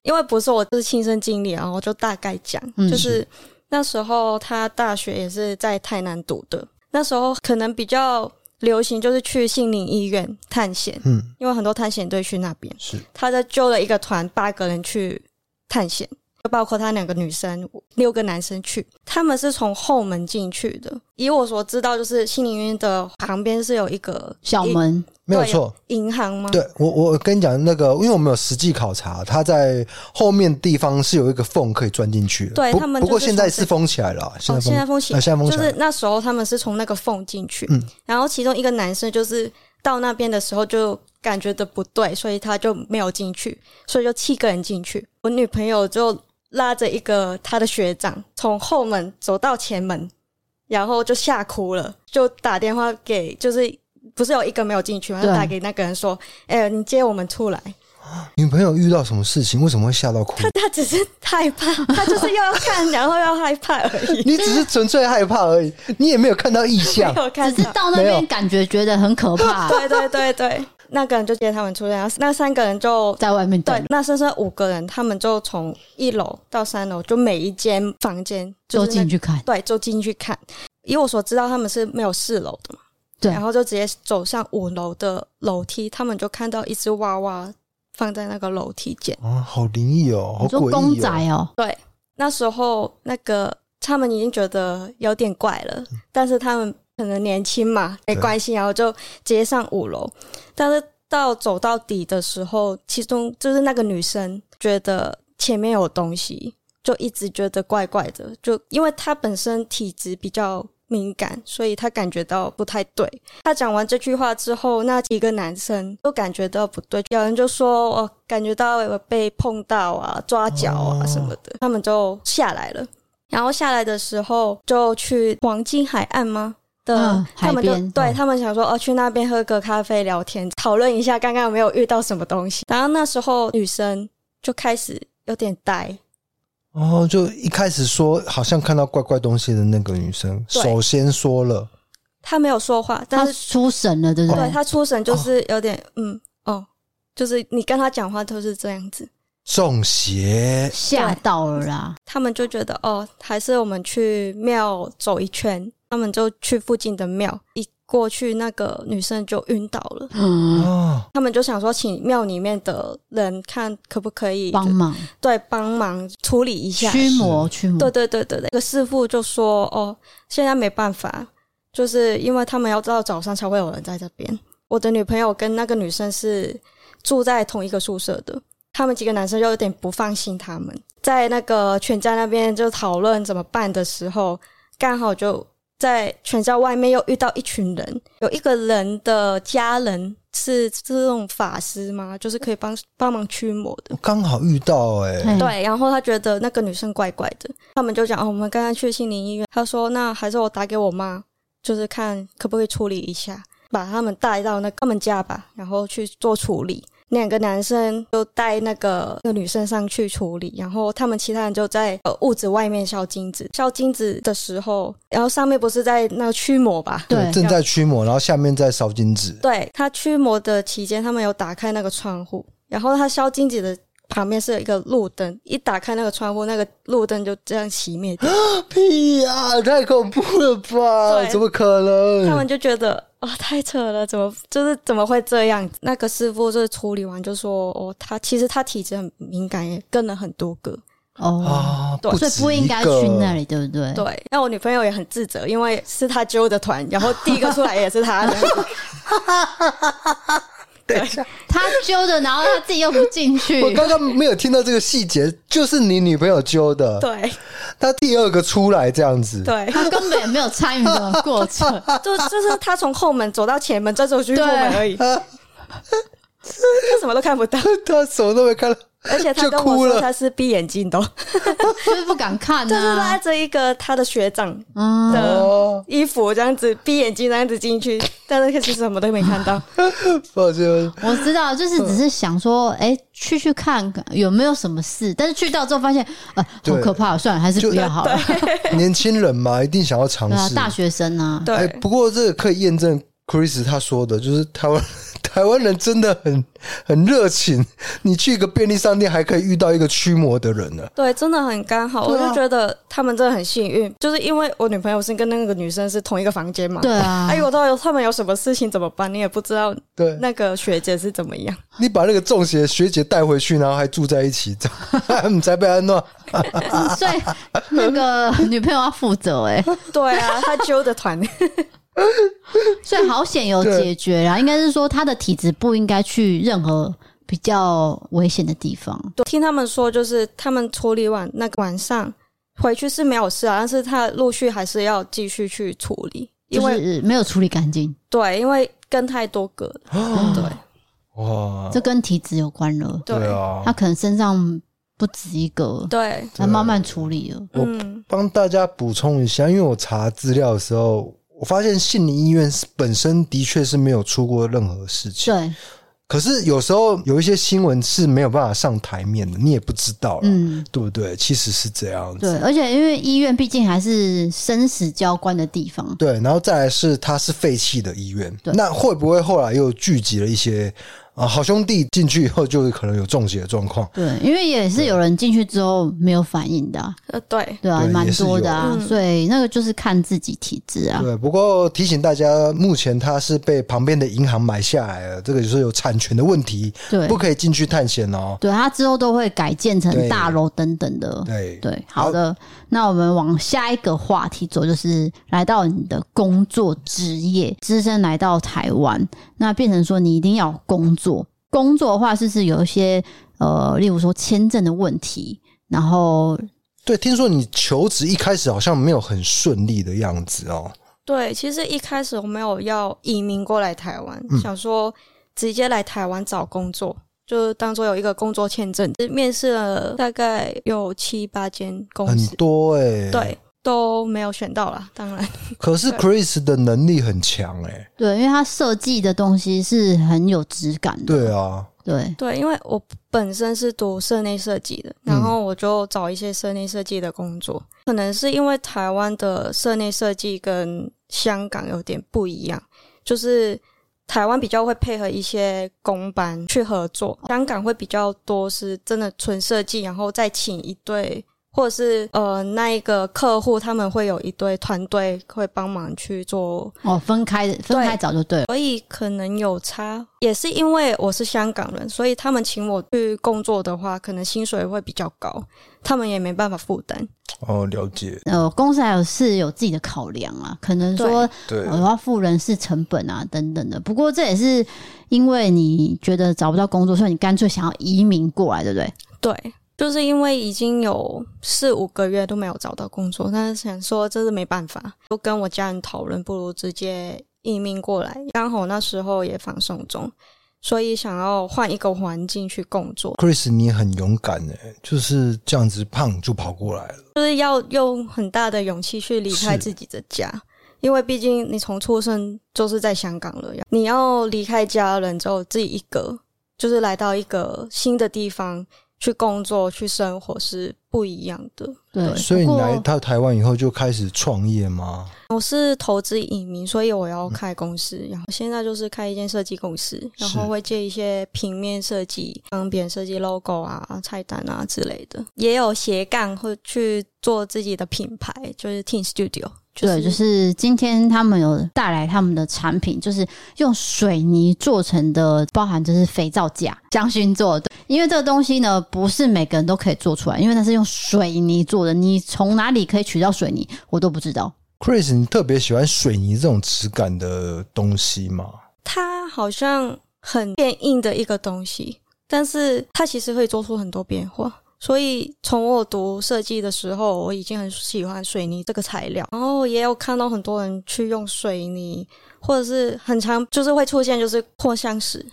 因为不是我就是亲身经历啊，然后就大概讲，
嗯
就是那时候他大学也是在台南读的，那时候可能比较流行就是去杏林医院探险，
[LAUGHS] 嗯，
因为很多探险队去那边，
是
他在揪了一个团八个人去探险，就包括他两个女生、六个男生去，他们是从后门进去的。以我所知道，就是杏林医院的旁边是有一个
小
银
门，
没有错。
银行吗？
对我，我跟你讲那个，因为我们有实际考察，它在后面地方是有一个缝可以钻进去的。
对
不
他们
不过
就是
现在
从
是封起来了，现
哦，
在封
现在风起
啊现在封起
就
来
是
了
那时候他们是从那个缝进去，
嗯
然后其中一个男生就是到那边的时候就感觉的不对，所以他就没有进去，所以就七个人进去。我女朋友就拉着一个她的学长从后门走到前门，然后就吓哭了，就打电话给就是。不是有一个没有进去吗？就
对
打给那个人说：“哎、你接我们出来。
女朋友遇到什么事情，为什么会吓到哭？”
他只是害怕，他就是又要看，然后又要害怕而已。
[LAUGHS] 你只是纯粹害怕而已，你也没有看到异象
[LAUGHS] 没。有看
只
到，
是到那
没
边
有
感觉觉得很可怕，
哎 [LAUGHS] 对对对对，那个人就接他们出来，然后那三个人就
在外面等
对，，那剩下五个人，他们就从一楼到三楼，就每一间房间
就
就是那
进去看。
对，就进去看。以我所知道，他们是没有四楼的嘛，
对
然后就直接走上五楼的楼梯，他们就看到一只娃娃放在那个楼梯间。
啊，好灵异哦，好
你说
诡
公
异
仔哦，
哦。
对，那时候那个他们已经觉得有点怪了，但是他们可能年轻嘛，没关系，然后就直接上五楼。但是到走到底的时候，其中就是那个女生觉得前面有东西，就一直觉得怪怪的，就因为她本身体质比较。敏感，所以她感觉到不太对。她讲完这句话之后，那几个男生都感觉到不对，有人就说：“哦，感觉到有被碰到啊，抓脚啊
哦
什么的。”他们就下来了。然后下来的时候，就去黄金海岸吗？的，
嗯
他们
海
就
边
对他们想说，哦，去那边喝个咖啡聊天，讨论一下刚刚有没有遇到什么东西。然后那时候女生就开始有点呆，
哦，就一开始说好像看到怪怪东西的那个女生，
对
首先说了，
她没有说话，
他
但是
出神了，对不
对
对？
她出神就是有点，嗯，哦，就是你跟她讲话都是这样子。
中邪。
吓到了啦，
他们就觉得哦，还是我们去庙走一圈。他们就去附近的庙，一过去那个女生就晕倒了。
嗯，
哦，
他们就想说，请庙里面的人看可不可以
帮忙
对帮忙处理一下。
驱魔驱魔
对，对对对对，那个师傅就说：“哦，现在没办法，就是因为他们要到早上才会有人在这边。我的女朋友跟那个女生是住在同一个宿舍的，他们几个男生就有点不放心他们，在那个全家那边就讨论怎么办的时候，刚好就在全家外面又遇到一群人，有一个人的家人是这种法师吗？就是可以帮帮忙驱魔的。”
刚好遇到哎、
嘿，
对，然后他觉得那个女生怪怪的，他们就讲哦，我们刚刚去心灵医院，他说那还是我打给我妈，就是看可不可以处理一下，把他们带到那个他们家吧，然后去做处理。两个男生就带那个那个女生上去处理，然后他们其他人就在呃屋子外面削金子。削金子的时候，然后上面不是在那个驱魔吧？
对
正在驱魔，然后下面在烧金纸，
对他驱魔的期间，他们有打开那个窗户，然后他削金子的旁边是有一个路灯，一打开那个窗户，那个路灯就这样熄灭掉。
屁呀、太恐怖了吧？
对
怎么可
他
能？
们就觉得啊、太扯了，怎么就是怎么会这样？那个师傅就是处理完就说，哦，他其实他体质很敏感，也跟了很多个。
哦，
啊，
对
所以不应该去那里，对不对？
对，那我女朋友也很自责，因为是他揪的团，然后第一个出来也是他。 [LAUGHS] 这样子
他揪着，然后他自己又不进去
止一个。我，刚刚没有听到这个细节，就是你女朋友揪的，
对
她第二个出来这样子，
对，
他根本也没有参与的过程。
[LAUGHS]
就就是他从后门走到前门，再走出去后门而已，
啊，
他什么都看不到，
[LAUGHS] 她什么都没看到，
而且他
就
跟
哭
我说
了。
他是闭眼睛
[LAUGHS]
的哦，
就是不敢看
[LAUGHS] 就是
呐、
拉
啊。
着一个他的学长
嗯，
的
哦，
衣服这样子闭眼睛这样子进去，但是其实什么都没
[LAUGHS]
看到。
抱歉，
我知道，就是只是想说，哎、去去看看有没有什么事，但是去到之后发现，呃，好
对
可怕，算了，还是
就
不要好了。
年轻人嘛，一定想要
[LAUGHS]
尝
对啊，
试。
大学生啊，
哎、
对，
不过这个可以验证 Chris 他说的，就是台湾 [LAUGHS] 台湾人真的很很热情。你去一个便利商店，还可以遇到一个驱魔的人呢。
对，真的很刚好，我
对啊
就觉得他们真的很幸运，就是因为我女朋友是跟那个女生是同一个房间嘛。
对。啊，
哎，我都有他们有什么事情怎么办？你也不知道
对，
那个学姐是怎么
[LAUGHS]
样。
你把那个中邪学姐带回去，然后还住在一起，这 [LAUGHS] 样你才被安诺。
所以那个
[LAUGHS]
女朋友要负责哎、
对啊，她揪的团。
所以好险有解决啊啦。应该是说她的体质不应该去任何比较危险的地方。
对听他们说，就是他们处理完那个晚上回去是没有事啊，但是他陆续还是要继续去处理，因
就
为、
是没有处理干净，
对，因为跟太多个了。对
哇，
这跟体质有关了。
对
啊
她可能身上不止一个，
对，
她慢慢处理了。
我
嗯，
帮大家补充一下，因为我查资料的时候，我发现杏林医院是本身的确是没有出过任何事情，
对，
可是有时候有一些新闻是没有办法上台面的，你也不知道啦
嗯，
对不对？其实是这样子。
对，而且因为医院毕竟还是生死交关的地方，
对，然后再来是它是废弃的医院，
对
那会不会后来又聚集了一些啊好兄弟进去以后，就可能有中邪的状况？
对，因为也是有人进去之后没有反应的啊、
呃，对，
对啊，
对
蛮
也是
多的
有
啊，
嗯
所以那个就是看自己体质啊。
对，不过提醒大家，目前它是被旁边的银行买下来了，这个就是有产权的问题，
对
不，可以进去探险哦。
对，它之后都会改建成
对
大楼等等的。
对，
对，好的，那我们往下一个话题走，就是来到你的工作职业，资深来到台湾，那变成说你一定要有工作，工作的话是不是有一些呃，例如说签证的问题，然后
对，听说你求职一开始好像没有很顺利的样子哦。
对，其实一开始我没有要移民过来台湾，
嗯
想说直接来台湾找工作，就当做有一个工作签证。面试了大概有七八间公
很
司，
多哎、，
对，都没有选到啦。当然，
可是 Chris 的能力很强哎、
对，因为它设计的东西是很有质感的，
对啊，
对
对，因为我本身是读室内设计的，然后我就找一些室内设计的工作。可能是因为台湾的室内设计跟香港有点不一样，就是台湾比较会配合一些工班去合作，香港会比较多是真的纯设计，然后再请一对。或者是呃，那一个客户他们会有一对团队会帮忙去做
哦，分开分开找就对了，
所以可能有差，也是因为我是香港人，所以他们请我去工作的话，可能薪水会比较高，他们也没办法负担。
哦，了解，
呃，公司还有是有自己的考量啊，可能说
对
我哦要付人事成本啊，等等的。不过这也是因为你觉得找不到工作，所以你干脆想要移民过来，对不对？
对，就是因为已经有四五个月都没有找到工作，但是想说这是没办法，就跟我家人讨论，不如直接移民过来。刚好那时候也放松中，所以想要换一个环境去工作，
Chris，你很勇敢哎、就是这样子胖就跑过来了。
就是要用很大的勇气去离开
是
自己的家，因为毕竟你从出生就是在香港了，你要离开家人之后自己一个就是来到一个新的地方去工作、去生活是不一样的。
对，
所以
不
你
过
来到台湾以后就开始创业吗？
我是投资移民，所以我要开公司，然后现在就是开一间设计公司，然后会接一些平面设计，帮别人设计 logo 啊、菜单啊之类的，也有斜杠会去做自己的品牌，就是 Teen Studio，就是
对，就是今天他们有带来他们的产品，就是用水泥做成的，包含就是肥皂架、香薰做的。因为这个东西呢，不是每个人都可以做出来，因为它是用水泥做的。你从哪里可以取到水泥，我都不知道。
Chris，你特别喜欢水泥这种质感的东西吗？
它好像很变硬的一个东西，但是它其实可以做出很多变化。所以从我读设计的时候，我已经很喜欢水泥这个材料，然后也有看到很多人去用水泥，或者是很常就是会出现就是扩香石。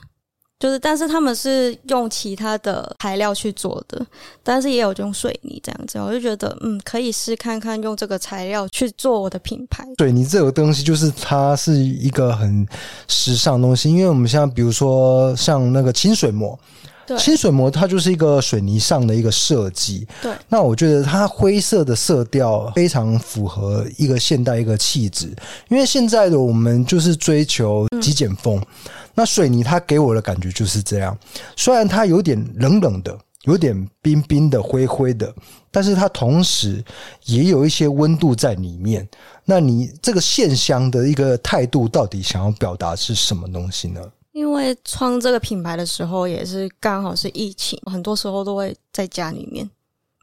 就是，但是他们是用其他的材料去做的，但是也有用水泥这样子，我就觉得，嗯，可以试看看用这个材料去做我的品牌。
水泥这个东西，就是它是一个很时尚的东西，因为我们现在比如说像那个清水膜，
对
清水膜它就是一个水泥上的一个设计。
对，
那我觉得它灰色的色调非常符合一个现代一个气质，因为现在的我们就是追求极简风，那水泥它给我的感觉就是这样，虽然它有点冷冷的。有点冰冰的、灰灰的，但是它同时也有一些温度在里面。那你这个现象的一个态度，到底想要表达是什么东西呢？
因为创这个品牌的时候也是刚好是疫情，很多时候都会在家里面，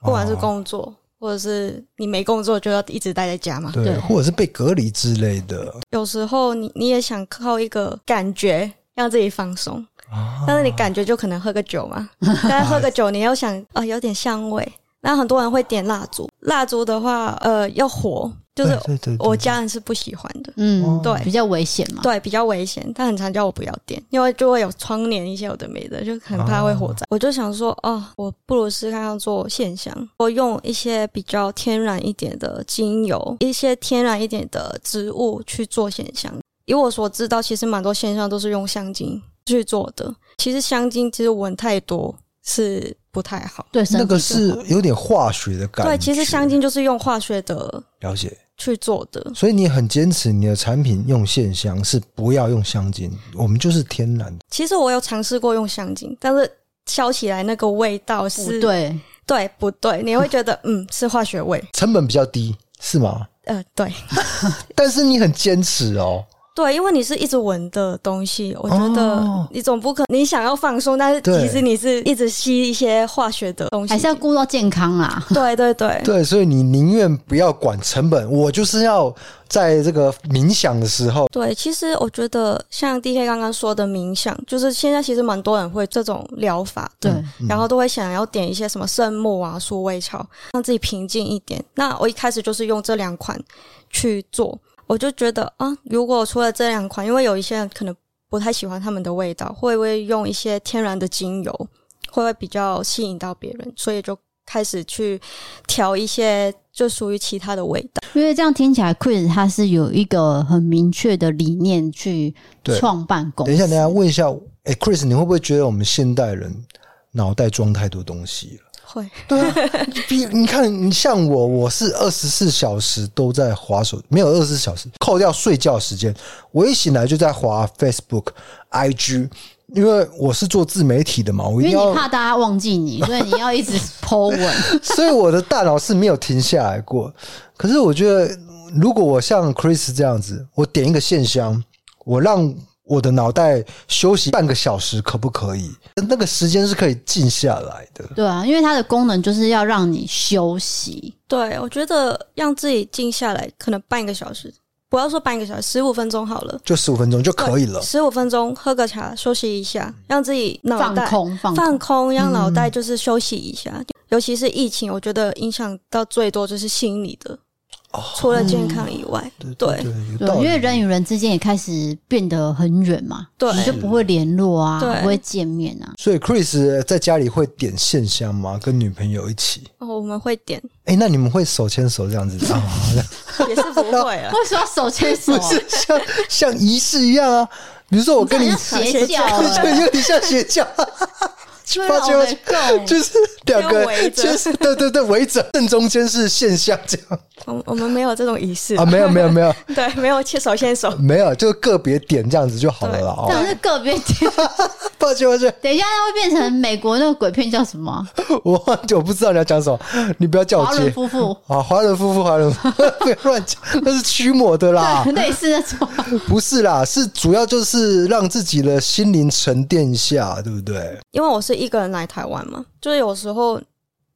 不管是
哦
工作、或者是你没工作就要一直待在家嘛。
对，
对
或者是被隔离之类的
有时候你你也想靠一个感觉让自己放松，
啊。
但是你感觉就可能喝个酒嘛，但是
[LAUGHS]
喝个酒你又想啊、有点香味，那很多人会点蜡烛，蜡烛的话呃要火，就是
啊对对对对
我家人是不喜欢的。
哦
嗯，
对
比较危险嘛。
对，比较危险。他很常叫我不要点，因为就会有窗帘一些有的没的，就很怕会火灾。我就想说，哦，我不如试看看做线香，我用一些比较天然一点的精油，一些天然一点的植物去做线香。以我所知道，其实蛮多线香都是用香精去做的。其实香精其实闻太多是不太好。
对，
那
身
个
体
是有点化学的感觉。
对，其实香精就是用化学的
了解，
去做的。
所以你很坚持你的产品用线香是不要用香精，我们就是天然的。
其实我有尝试过用香精，但是烧起来那个味道
不
是
对，
对不对？你会
[LAUGHS]
觉得嗯是化学味，
成本比较低，是吗？
呃对
但是你很坚持哦，
对，因为你是一直闻的东西，我觉
哦
得你总不可你想要放松，但是
对
其实你是一直吸一些化学的东西，
还是要顾到健康啊啦。
对对对
对，所以你宁愿不要管成本，我就是要在这个冥想的时候，
对。其实我觉得像 D K 刚刚说的冥想，就是现在其实蛮多人会这种疗法的，
对，
嗯
然后都会想要点一些什么圣木啊、鼠尾草，让自己平静一点。那我一开始就是用这两款去做，我就觉得啊，如果除了这两款，因为有一些人可能不太喜欢他们的味道，会不会用一些天然的精油，会不会比较吸引到别人？所以就开始去调一些就属于其他的味道。
因为这样听起来，Chris 他是有一个很明确的理念去
对
创办公司。
等一下，等一下，问一下，哎、c h r i s 你会不会觉得我们现代人脑袋装太多东西了？
会，
对啊， [LAUGHS] 比你看，你像我，我是二十四小时都在划手，没有二十四小时，扣掉睡觉时间，我一醒来就在划 Facebook、IG，因为我是做自媒体的嘛，我一
因为
定要
你，怕大家忘记
[LAUGHS]
你，所以你要一直 Po 文。
所以我的大脑是没有停下来过。可是我觉得，如果我像 Chris 这样子，我点一个线香，我让我的脑袋休息半个小时，可不可以？那个时间是可以静下来的。
对啊，因为它的功能就是要让你休息。
对我觉得让自己静下来，可能半个小时，不要说半个小时，十五分钟好了。
就十五分钟就可以了。
十五分钟喝个茶，休息一下，
嗯
让自己脑
放
袋
空，放
放
空。
空，让脑袋就是休息一下。尤其是疫情，我觉得影响到最多就是心理的，
哦
哦
除了健康以外，
嗯
对
对，有
对啊
道，理
因为人与人之间也开始变得很远嘛，
对
你就不会联络啊，
对
不会见面 [LAUGHS] 啊。
所以 Chris 在家里会点线香吗？跟女朋友一起？
哦，我们会点，
哎、那你们会手牵手这样子啊？
也是不会
[LAUGHS]
啊。
为什么要手牵手、
不
啊？
是像像仪式一样啊？比如说我跟你
你，这很像邪教了
[LAUGHS] 对，有点像邪教，
对
抱歉
我的够
就是两个
要围着
就是对对对，围着正中间是线下这样
我我们没有这种仪式
啊，
哦
没有没有没有
对，没有牵手牵手，
没有，就个别点这样子就好了啦。
这
哦，
样是个别
[LAUGHS]
点。
抱歉抱歉，
等一下，它会变成美国那个鬼片叫什么啊？
我忘记我不知道你要讲什么，你不要叫
华
我
伦
接。
夫
[LAUGHS]
妇，
啊，华人夫妇，华人夫妇 [LAUGHS] 不要乱讲，那是驱魔的啦，
类似那种。
[LAUGHS] 不是啦，是主要就是让自己的心灵沉淀一下，对不对？
因为我是一个人来台湾嘛，就是有时候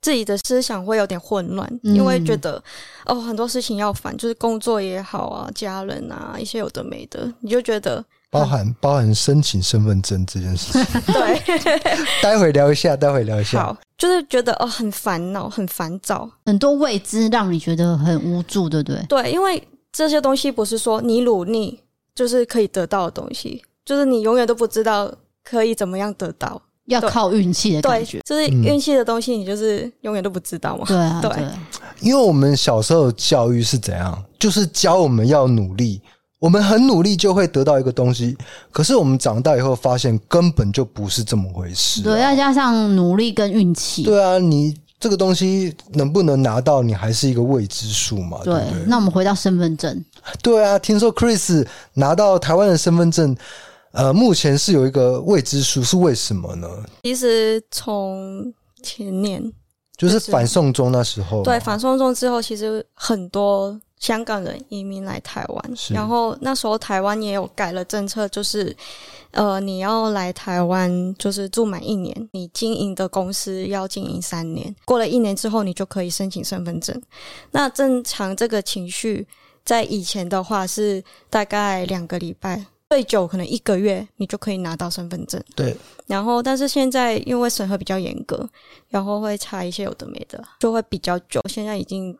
自己的思想会有点混乱，
嗯
因为觉得哦很多事情要烦，就是工作也好啊，家人啊，一些有的没的，你就觉得
包含包含申请身份证这件事情， [LAUGHS]
对，
待会聊一下，待会聊一下。
好，就是觉得哦很烦恼，很烦躁，
很多未知让你觉得很无助，对不对？
对，因为这些东西不是说你努力就是可以得到的东西，就是你永远都不知道可以怎么样得到。
要
对
靠运气的
对
感觉，。
就是
嗯
运气的东西，你就是永远都不知道嘛。
对啊，
对
对啊，
因为我们小时候的教育是怎样，就是教我们要努力，我们很努力就会得到一个东西，可是我们长大以后发现根本就不是这么回事、啊
对，再加上努力跟运气。
对啊，你这个东西能不能拿到，你还是一个未知数嘛，对
对
不对？
那我们回到身份证，
对啊，听说 Chris 拿到台湾的身份证，呃，目前是有一个未知数，是为什么呢？
其实从前年
就是
就是
反送中那时候，
对，反送中之后，其实很多香港人移民来台湾，
是
然后那时候台湾也有改了政策，就是呃，你要来台湾就是住满一年，你经营的公司要经营三年，过了一年之后，你就可以申请身份证。那正常这个情绪，在以前的话是大概两个礼拜。最久可能一个月，你就可以拿到身份证。
对，
然后，但是现在因为审核比较严格，然后会查一些有的没的，就会比较久。现在已经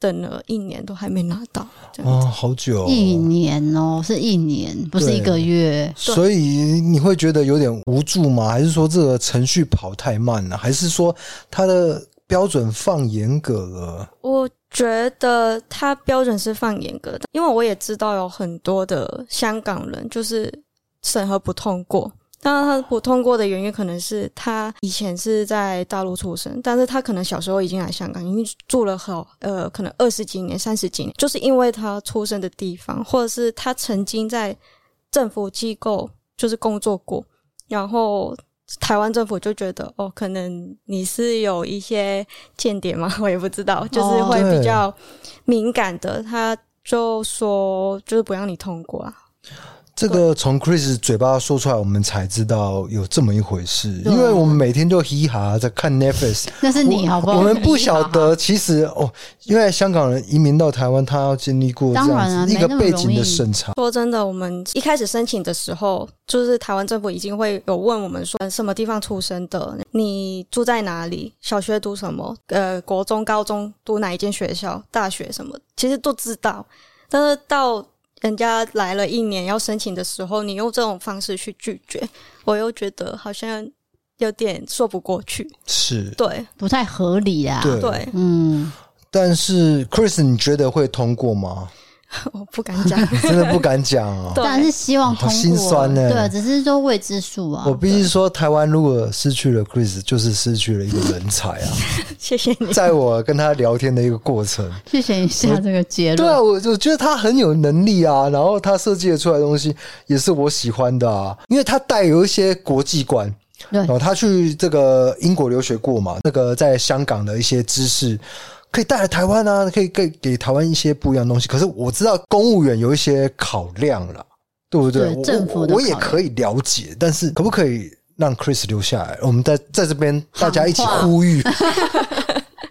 等了一年都还没拿到，这样
哦，
子。
好久、哦，
一年哦、是一年，不是
对
一个月。
所以你会觉得有点无助吗？还是说这个程序跑太慢了？还是说它的标准放严格了？
我觉得它标准是放严格的，因为我也知道有很多的香港人就是审核不通过。当然，他不通过的原因可能是他以前是在大陆出生，但是他可能小时候已经来香港，已经住了好呃，可能二十几年、三十几年，就是因为他出生的地方，或者是他曾经在政府机构就是工作过，然后台湾政府就觉得哦，可能你是有一些间谍嘛，我也不知道，就是会比较敏感的，他就说就是不让你通过啊。
这个从 Chris 嘴巴说出来，我们才知道有这么一回事。
对
因为我们每天就嘻哈在看 Netflix，
那是你
我
好不好？
我们不晓
你好不好。
得，其实哦，因为香港人移民到台湾，他要经历过这
当然啊
样子一个
没那么
背景
容
的
易
审查。
说真的，我们一开始申请的时候，就是台湾政府已经会有问我们说呃什么地方出生的，你住在哪里，小学读什么，呃，国中、高中读哪一间学校，大学什么，其实都知道。但是到人家来了一年要申请的时候，你用这种方式去拒绝，我又觉得好像有点说不过去。
是，
对
不太合理啊。
对
对，
嗯，
但是 Chris，你觉得会通过吗？
[LAUGHS] 我不敢讲。
真的不敢讲
[LAUGHS]
啊。
对
当然是希望通
好
过，
心酸欸
对，只是说未知数啊
我。必须说，台湾如果失去了 Chris，就是失去了一个人才啊！
谢谢你。
在我跟他聊天的一个过
[LAUGHS]
程，
去选一下这个结
对
论。
啊，我我觉得他很有能力啊，然后他设计的出来的东西也是我喜欢的啊，因为他带有一些国际观。
对
然后他去这个英国留学过嘛，那个在香港的一些知识。可以带来台湾啊，可以给给台湾一些不一样的东西。可是我知道公务员有一些考量了，对不对？
对
我
政府
我
的
我也
考量
可以了解，但是可不可以让 Chris 留下来？我们在在这边大家一起
喊话 [LAUGHS]
呼吁，
[LAUGHS]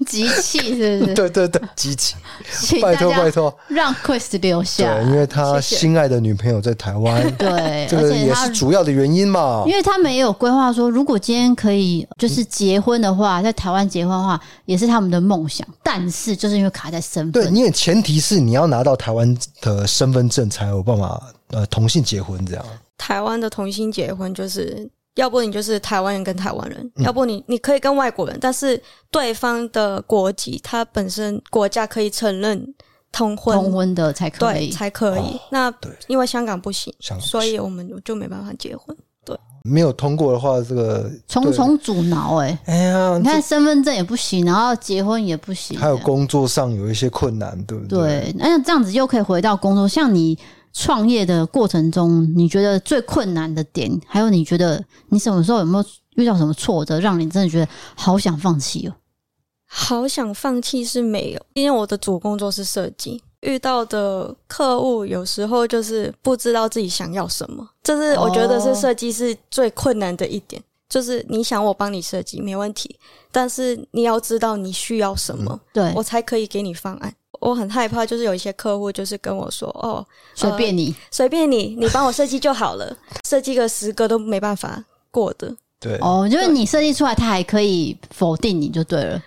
集气是不是？
[LAUGHS] 对对对，
[LAUGHS]
集体，
请大
拜托
家
拜托，
让 Chris 留下
对，因为他
谢谢
心爱的女朋友在台湾，
[LAUGHS] 对，
这
而
个
且
也
他
是主要的原因嘛
因。为他们也有规划说，如果今天可以就是结婚的话，在台湾结婚的话，也是他们的梦想。但是就是因为卡在身
对，
份，
因为前提是你要拿到台湾的身份证才有办法呃同性结婚这样。
台湾的同性结婚，就是要不你就是台湾人跟台湾
嗯
人，要不你你可以跟外国人，但是对方的国籍，他本身国家可以承认通婚，
通婚的才可
对
以。
才可以。
哦
那
对
因为香港不行，
香港不
所以我们就没办法结婚。
没有通过的话，这个
重
对
重阻挠哎、
哎呀，
你看身份证也不行，然后结婚也不行，
还有
这样
工作上有一些困难，对不对？
对，那这样子又可以回到工作。像你创业的过程中，你觉得最困难的点，还有你觉得你什么时候有没有遇到什么挫折，让你真的觉得好想放弃哦？
好想放弃是没有，因为我的主工作是设计，遇到的客户有时候就是不知道自己想要什么，这是我觉得是设计是最困难的一点。就是你想我帮你设计没问题，但是你要知道你需要什么，
对，
我呃才可以给你方案。我很害怕，就是有一些客户就是跟我说：“哦，
随便你。
随便你，你帮我设计就好了， [LAUGHS] 设计个十个都没办法过的。
对，
哦，就是
对
你设计出来，他还可以否定你就对
[LAUGHS]
了。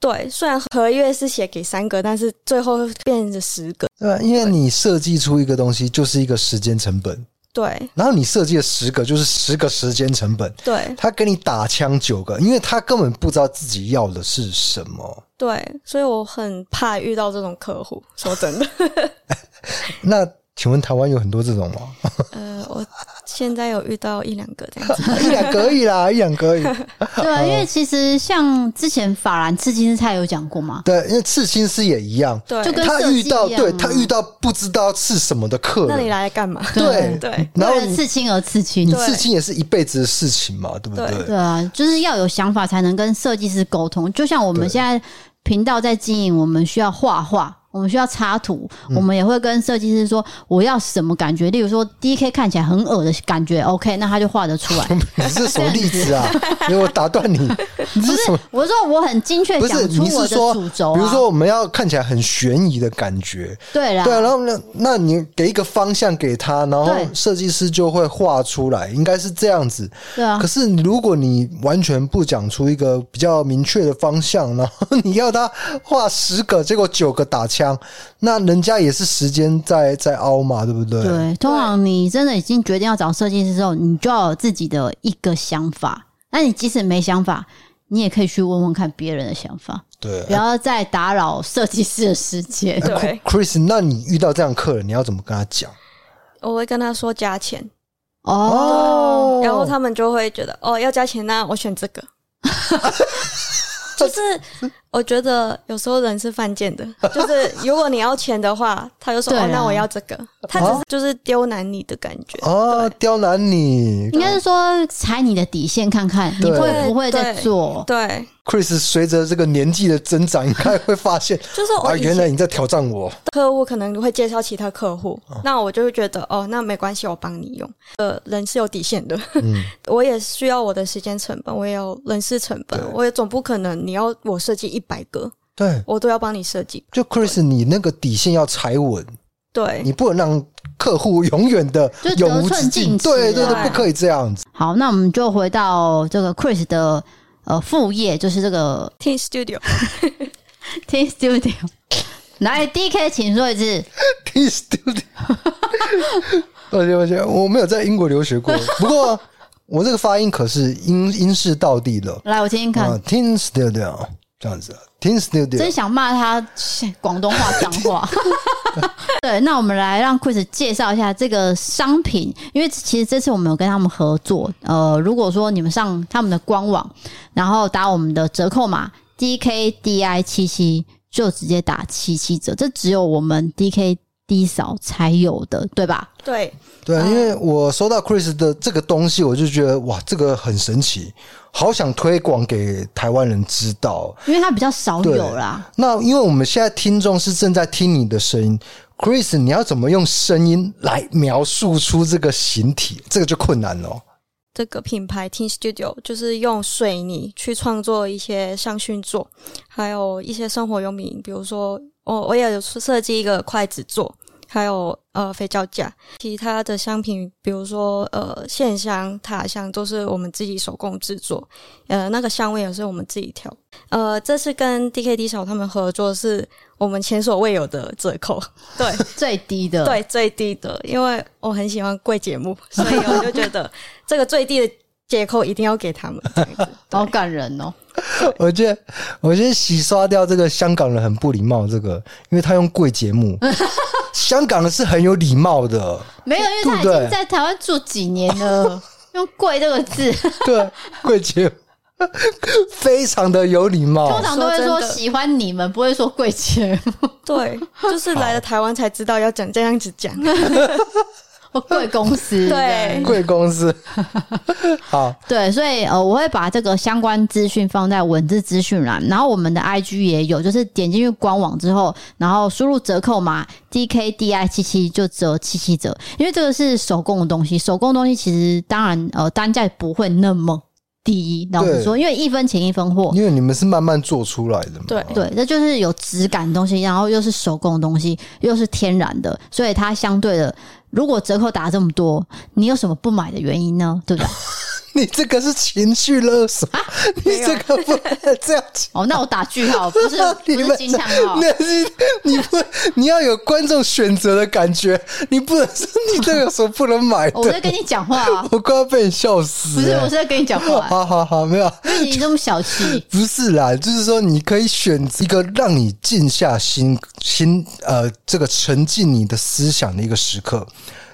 对，虽然合约是写给三个，但是最后变成十个。
对吧？因为你设计出一个东西就是一个时间成本，
对
然后你设计了十个就是十个时间成本，
对
他给你打枪九个，因为他根本不知道自己要的是什么。
对，所以我很怕遇到这种客户。说真的，
[LAUGHS] 那请问台湾有很多这种吗？ [LAUGHS]
呃，我现在有遇到一两个这样子。
一两可以啦，一两可以。
对啊，因为其实像之前法兰刺金菜有讲过嘛，
对，因为刺青师也一样，
对，
[LAUGHS]
就跟
他
设计
遇到
一样
对
啊
他遇到不知道是什么的客
那你
人，
来干嘛？
对
对
为
然后
了
你
刺青而刺青
你。
对
刺青也是一辈子的事情嘛，对不对？
对啊，就是要有想法才能跟设计师沟通。就像我们
对
现在频道在经营，我们需要画画，我们需要插图，
嗯
我们也会跟设计师说我要什么感觉。例如说，D K 看起来很恶的感觉，OK，那他就画得出来。
[LAUGHS] 你是什么例
[LAUGHS]
子啊？因为我打断你，你
不
是什
是
么？，
我说我很精确
不
讲
是，
出
你
我
是
的
说，
主轴、啊，
比如说我们要看起来很悬疑的感觉，
对啦，
对啊，然后那那你给一个方向给他，然后
对
设计师就会画出来，应该是这样子。
对啊
可，是如果你完全不讲出一个比较明确的方向，然后你要他画十个，结果九个打枪，那人家也是时间在在凹嘛，对不对？
对，通常你真的已经决定要找设计师之后，你就要有自己的一个想法。那你即使没想法，你也可以去问问看别人的想法，
对
不要再打扰设计师的时 [LAUGHS] 间。
对
哎 Chris，那你遇到这样的客人，你要怎么跟他讲？
我会跟他说加钱，
哦，
然后他们就会觉得哦要加钱，那我选这
[LAUGHS]
个。就是我觉得有时候人是犯贱的，就是如果你要钱的话，他就说、
对啊
哦那我要这个，他只是就是刁难你的感觉。
哦，刁难你
应该是说踩你的底线看看，你
对
会不会再
哦
做？
对，
，Chris，随着这个年纪的增长，应该会发现
就是
啊，
[LAUGHS] 我以
原
前
来你在挑战我。
客户可能会介绍其他客户，那我就会觉得哦，那没关系，我帮你用。呃，人是有底线的，
嗯，
[LAUGHS] 我也需要我的时间成本，我也有人事成本
对，
我也总不可能你要我设计一百个，
对，
我都要帮你设计。
就 Chris，你那个底线要踩稳，
对，
你不能让客户永远的
就得
永无止
寸
境。
进尺
对对对，
啊
不可以这样子。
好，那我们就回到这个 Chris 的呃副业，就是这个
Team Studio，
T Studio。来，DK，请说一次。
T Studio，抱歉抱歉，我没有在英国留
[LAUGHS]
学过，不过我这个发音可是英英式到地的
来，我听听看。
啊，T Studio 这样子，T Studio
真想骂他切广东话脏话。 [LAUGHS] 对，那我们来让 Chris 介绍一下这个商品，因为其实这次我们有跟他们合作。呃，如果说你们上他们的官网，然后打我们的折扣码 DKDI 七七，就直接打七七折，这只有我们 DK 低扫才有的，对吧？
对，
对，
啊
因为我收到 Chris 的这个东西，我就觉得哇，这个很神奇，好想推广给台湾人知道。
因为它比较少有啦。
那因为我们现在听众是正在听你的声音，Chris，你要怎么用声音来描述出这个形体？这个就困难了。
这个品牌 Team Studio 就是用水泥去创作一些像训座，还有一些生活用品，比如说哦我我也有设计一个筷子座，还有呃肥皂架，其他的商品，比如说呃线香、塔香，都是我们自己手工制作，呃那个香味也是我们自己调。呃，这次跟 DKD 小他们合作是我们前所未有的折扣， [LAUGHS] 对，
最低的，，
[LAUGHS] 对，最低的，因为我很喜欢贵节目，所以我就觉得这个最低的折扣一定要给他们。这 [LAUGHS] 样子
好感人哦。
我觉得，我觉得洗刷掉这个香港人很不礼貌，这个，因为他用贵节目，香港人是很有礼貌的，
没有，因为他已
对不对
经在台湾住几年
呃
了，用“贵”这个字，
对，贵节目非常的有礼
通
貌。
常都会
哦说
说
真的
喜欢你们，不会说贵节目，
对，就是来了台湾才知道要讲这样子 [LAUGHS] 讲。
[LAUGHS] 或贵公
[LAUGHS]
司。
对
贵公司，好，
对，所以呃，我会把这个相关资讯放在文字资讯栏，然后我们的 IG 也有，就是点进去官网之后，然后输入折扣码 DKDI 七七就折七七折，因为这个是手工的东西，手工的东西其实当然呃单价不会那么低，老实
对
说，因为一分钱一分货。
因为你们是慢慢做出来的嘛，
对
对，这就是有质感的东西，然后又是手工的东西，又是天然的，所以它相对的，如果折扣打这么多，你有什么不买的原因呢？
[LAUGHS]
对不对？
你这个是情绪勒索，你这个不能这样讲。
哦，那我打句号，不是
[LAUGHS] 你
不
们
是哦惊叹号，啊
那是你不，你要有观众选择的感觉，你不能说你这个有什么不能买
我在
的，
跟你讲话、
[LAUGHS]
啊，
我快要被你笑死
不
了。
是我是在跟你讲话、
好好好，没有，
因为你这么小
[LAUGHS]
气。
不是啦，就是说你可以选一个让你静下心心呃，这个沉浸你的思想的一个时刻，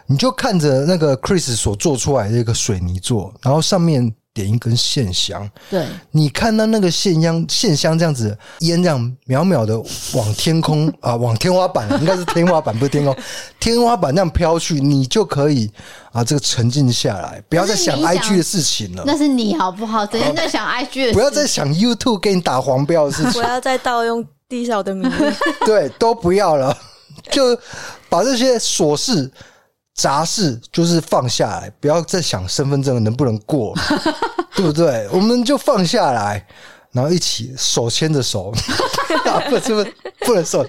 你就看着那个 Chris 所做出来的一个水泥座，然后上面点一根线香，
对，
你看到那个线香线香这样子烟这样渺渺的往天
[LAUGHS]
空啊、往天花板应该是天花板不是天空，天花板那样飘去，你就可以啊、这个沉静下来，不要再想
可是你
IG
想
的事情了。
那是你好不好？整天在想 IG 的
不要
事
再想 YouTube 给你打黄标的事情
不，要再盗用地少的名义。
[LAUGHS] 对，都不要了， [LAUGHS] 就把这些琐事、杂事就是放下来，不要再想身份证能不能过，对不对？我们就放下来，然后一起手牵着手，啊、不是不是不能手，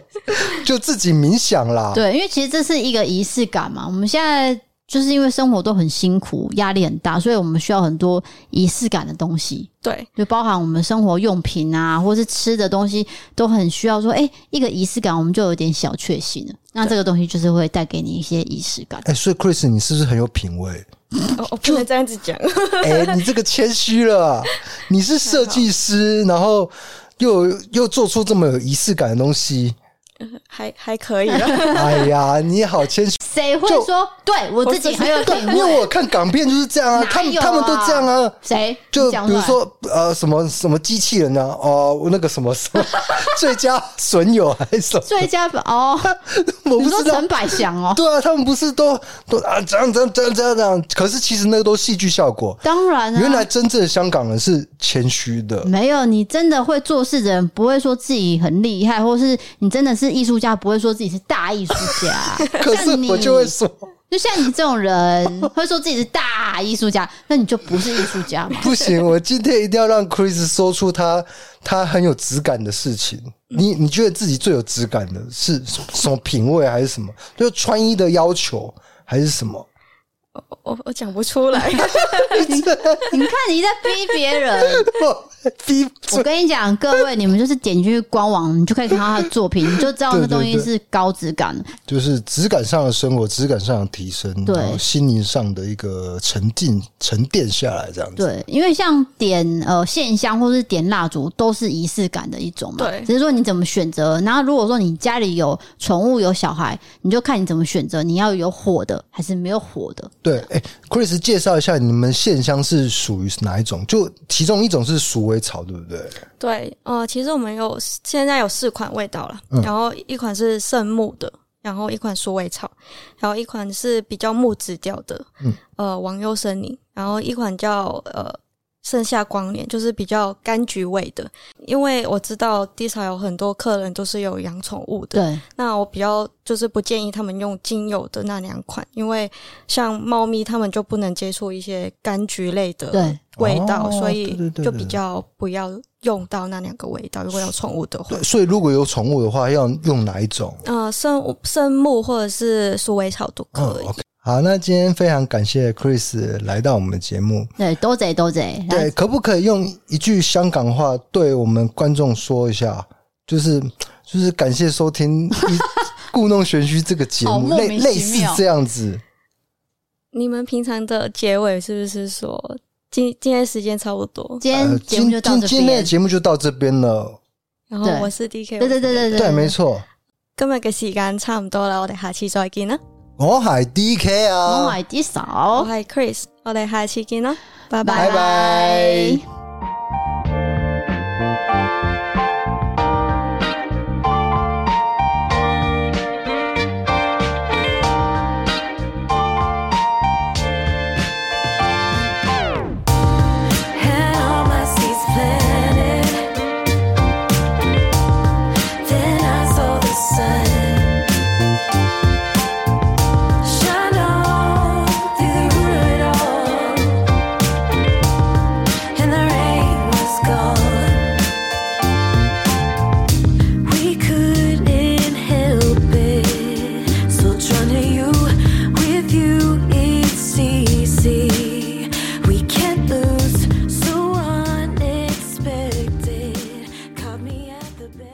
就自己冥想啦。
对，因为其实这是一个仪式感嘛。我们现在就是因为生活都很辛苦，压力很大，所以我们需要很多仪式感的东西。
[LAUGHS] 对，
就包含我们生活用品啊，或是吃的东西，都很需要说，哎、一个仪式感，我们就有点小确幸了。那这个东西就是会带给你一些仪式感。
哎、所以 Chris，你是不是很有品味？
哦我不能这样子 [LAUGHS] 讲。
哎、你这个谦虚了，你是设计师，然后又又做出这么有仪式感的东西，
还还可以啊啦，
哎呀，你好谦虚。啊
谁会
就
说对我自己很
[LAUGHS]
有品
因为
味？
我看港片就是这样啊，
哪
他们
有
他们都这样啊。
谁？
[LAUGHS] 就
你讲
比如
出来
说呃什么什么机器人啊，哦、那个什么什么 [LAUGHS] 最佳损友还是什么，
最佳版哦，
[LAUGHS] 我
你
不
说
知道
陈。百祥哦，
对啊，他们不是都都啊这样这样这样这样这样，可是其实那个都是戏剧效果。
当然啊，
原来真正的香港人是谦虚的，
没有你真的会做事的人，不会说自己很厉害，或是你真的是艺术家，不会说自己是大艺术家。 [LAUGHS]
可是
像你
我就会说
就像你这种人，会说自己是大艺术家，那你就不是艺术家嘛。
不行，我今天一定要让 Chris 说出他他很有质感的事情。你你觉得自己最有质感的是什什么品味还是什么？就是穿衣的要求还是什么？
我我我讲不出来。
你看你在逼别
[LAUGHS]
人。
逼
我跟你讲，各位，你们就是点进去官网，你就可以看到他的作品，你就知道那
对对
东西
对
是高质感的。
就是质感上的生活，质感上的提升，
对
然后心灵上的一个沉静沉淀下来，这样子。
对，因为像点呃线香或是点蜡烛，都是仪式感的一种嘛。
对
只是说你怎么选择。然后如果说你家里有宠物有小孩，你就看你怎么选择，你要有火的还是没有火的。
对，哎、c h r i s 介绍一下你们线香是属于哪一种？就其中一种是鼠尾草，对不对？
对，呃，其实我们有现在有四款味道了，
嗯
然后一款是圣木的，然后一款鼠尾草，然后一款是比较木质调的，
嗯
呃，王佑森林，然后一款叫呃盛夏光年，就是比较柑橘味的。因为我知道地上有很多客人都是有养宠物的，
对，
那我比较就是不建议他们用精油的那两款，因为像猫咪它们就不能接触一些柑橘类的
对
味道，
哦
所以
对对对
就
对
比较不要用到那两个味道。如果有宠物的话
对，，所以如果有宠物的话，要用哪一种？
呃，生生木或者是鼠尾草都可以。
嗯，OK 好，那今天非常感谢 Chris 来到我们的节目。
对，都贼都贼。
对，可不可以用一句香港话对我们观众说一下？就是就是感谢收听一 [LAUGHS] 故弄玄虚这个节
好
目，
莫
类
名
类
其
似
妙
这样子。
你们平常的结尾是不是说今今天时间差不多，
今
呃
天节目就到
今
这
今今天的
边。
节目就到这边了，
然后
对
我是 D K，
对對對對對，
对，没錯。
今日嘅時間差唔多啦，我哋下次再見啦。
我係 DK 啊，
我买一
我
少，
係 Chris，我哋下次見啦，拜拜
拜拜。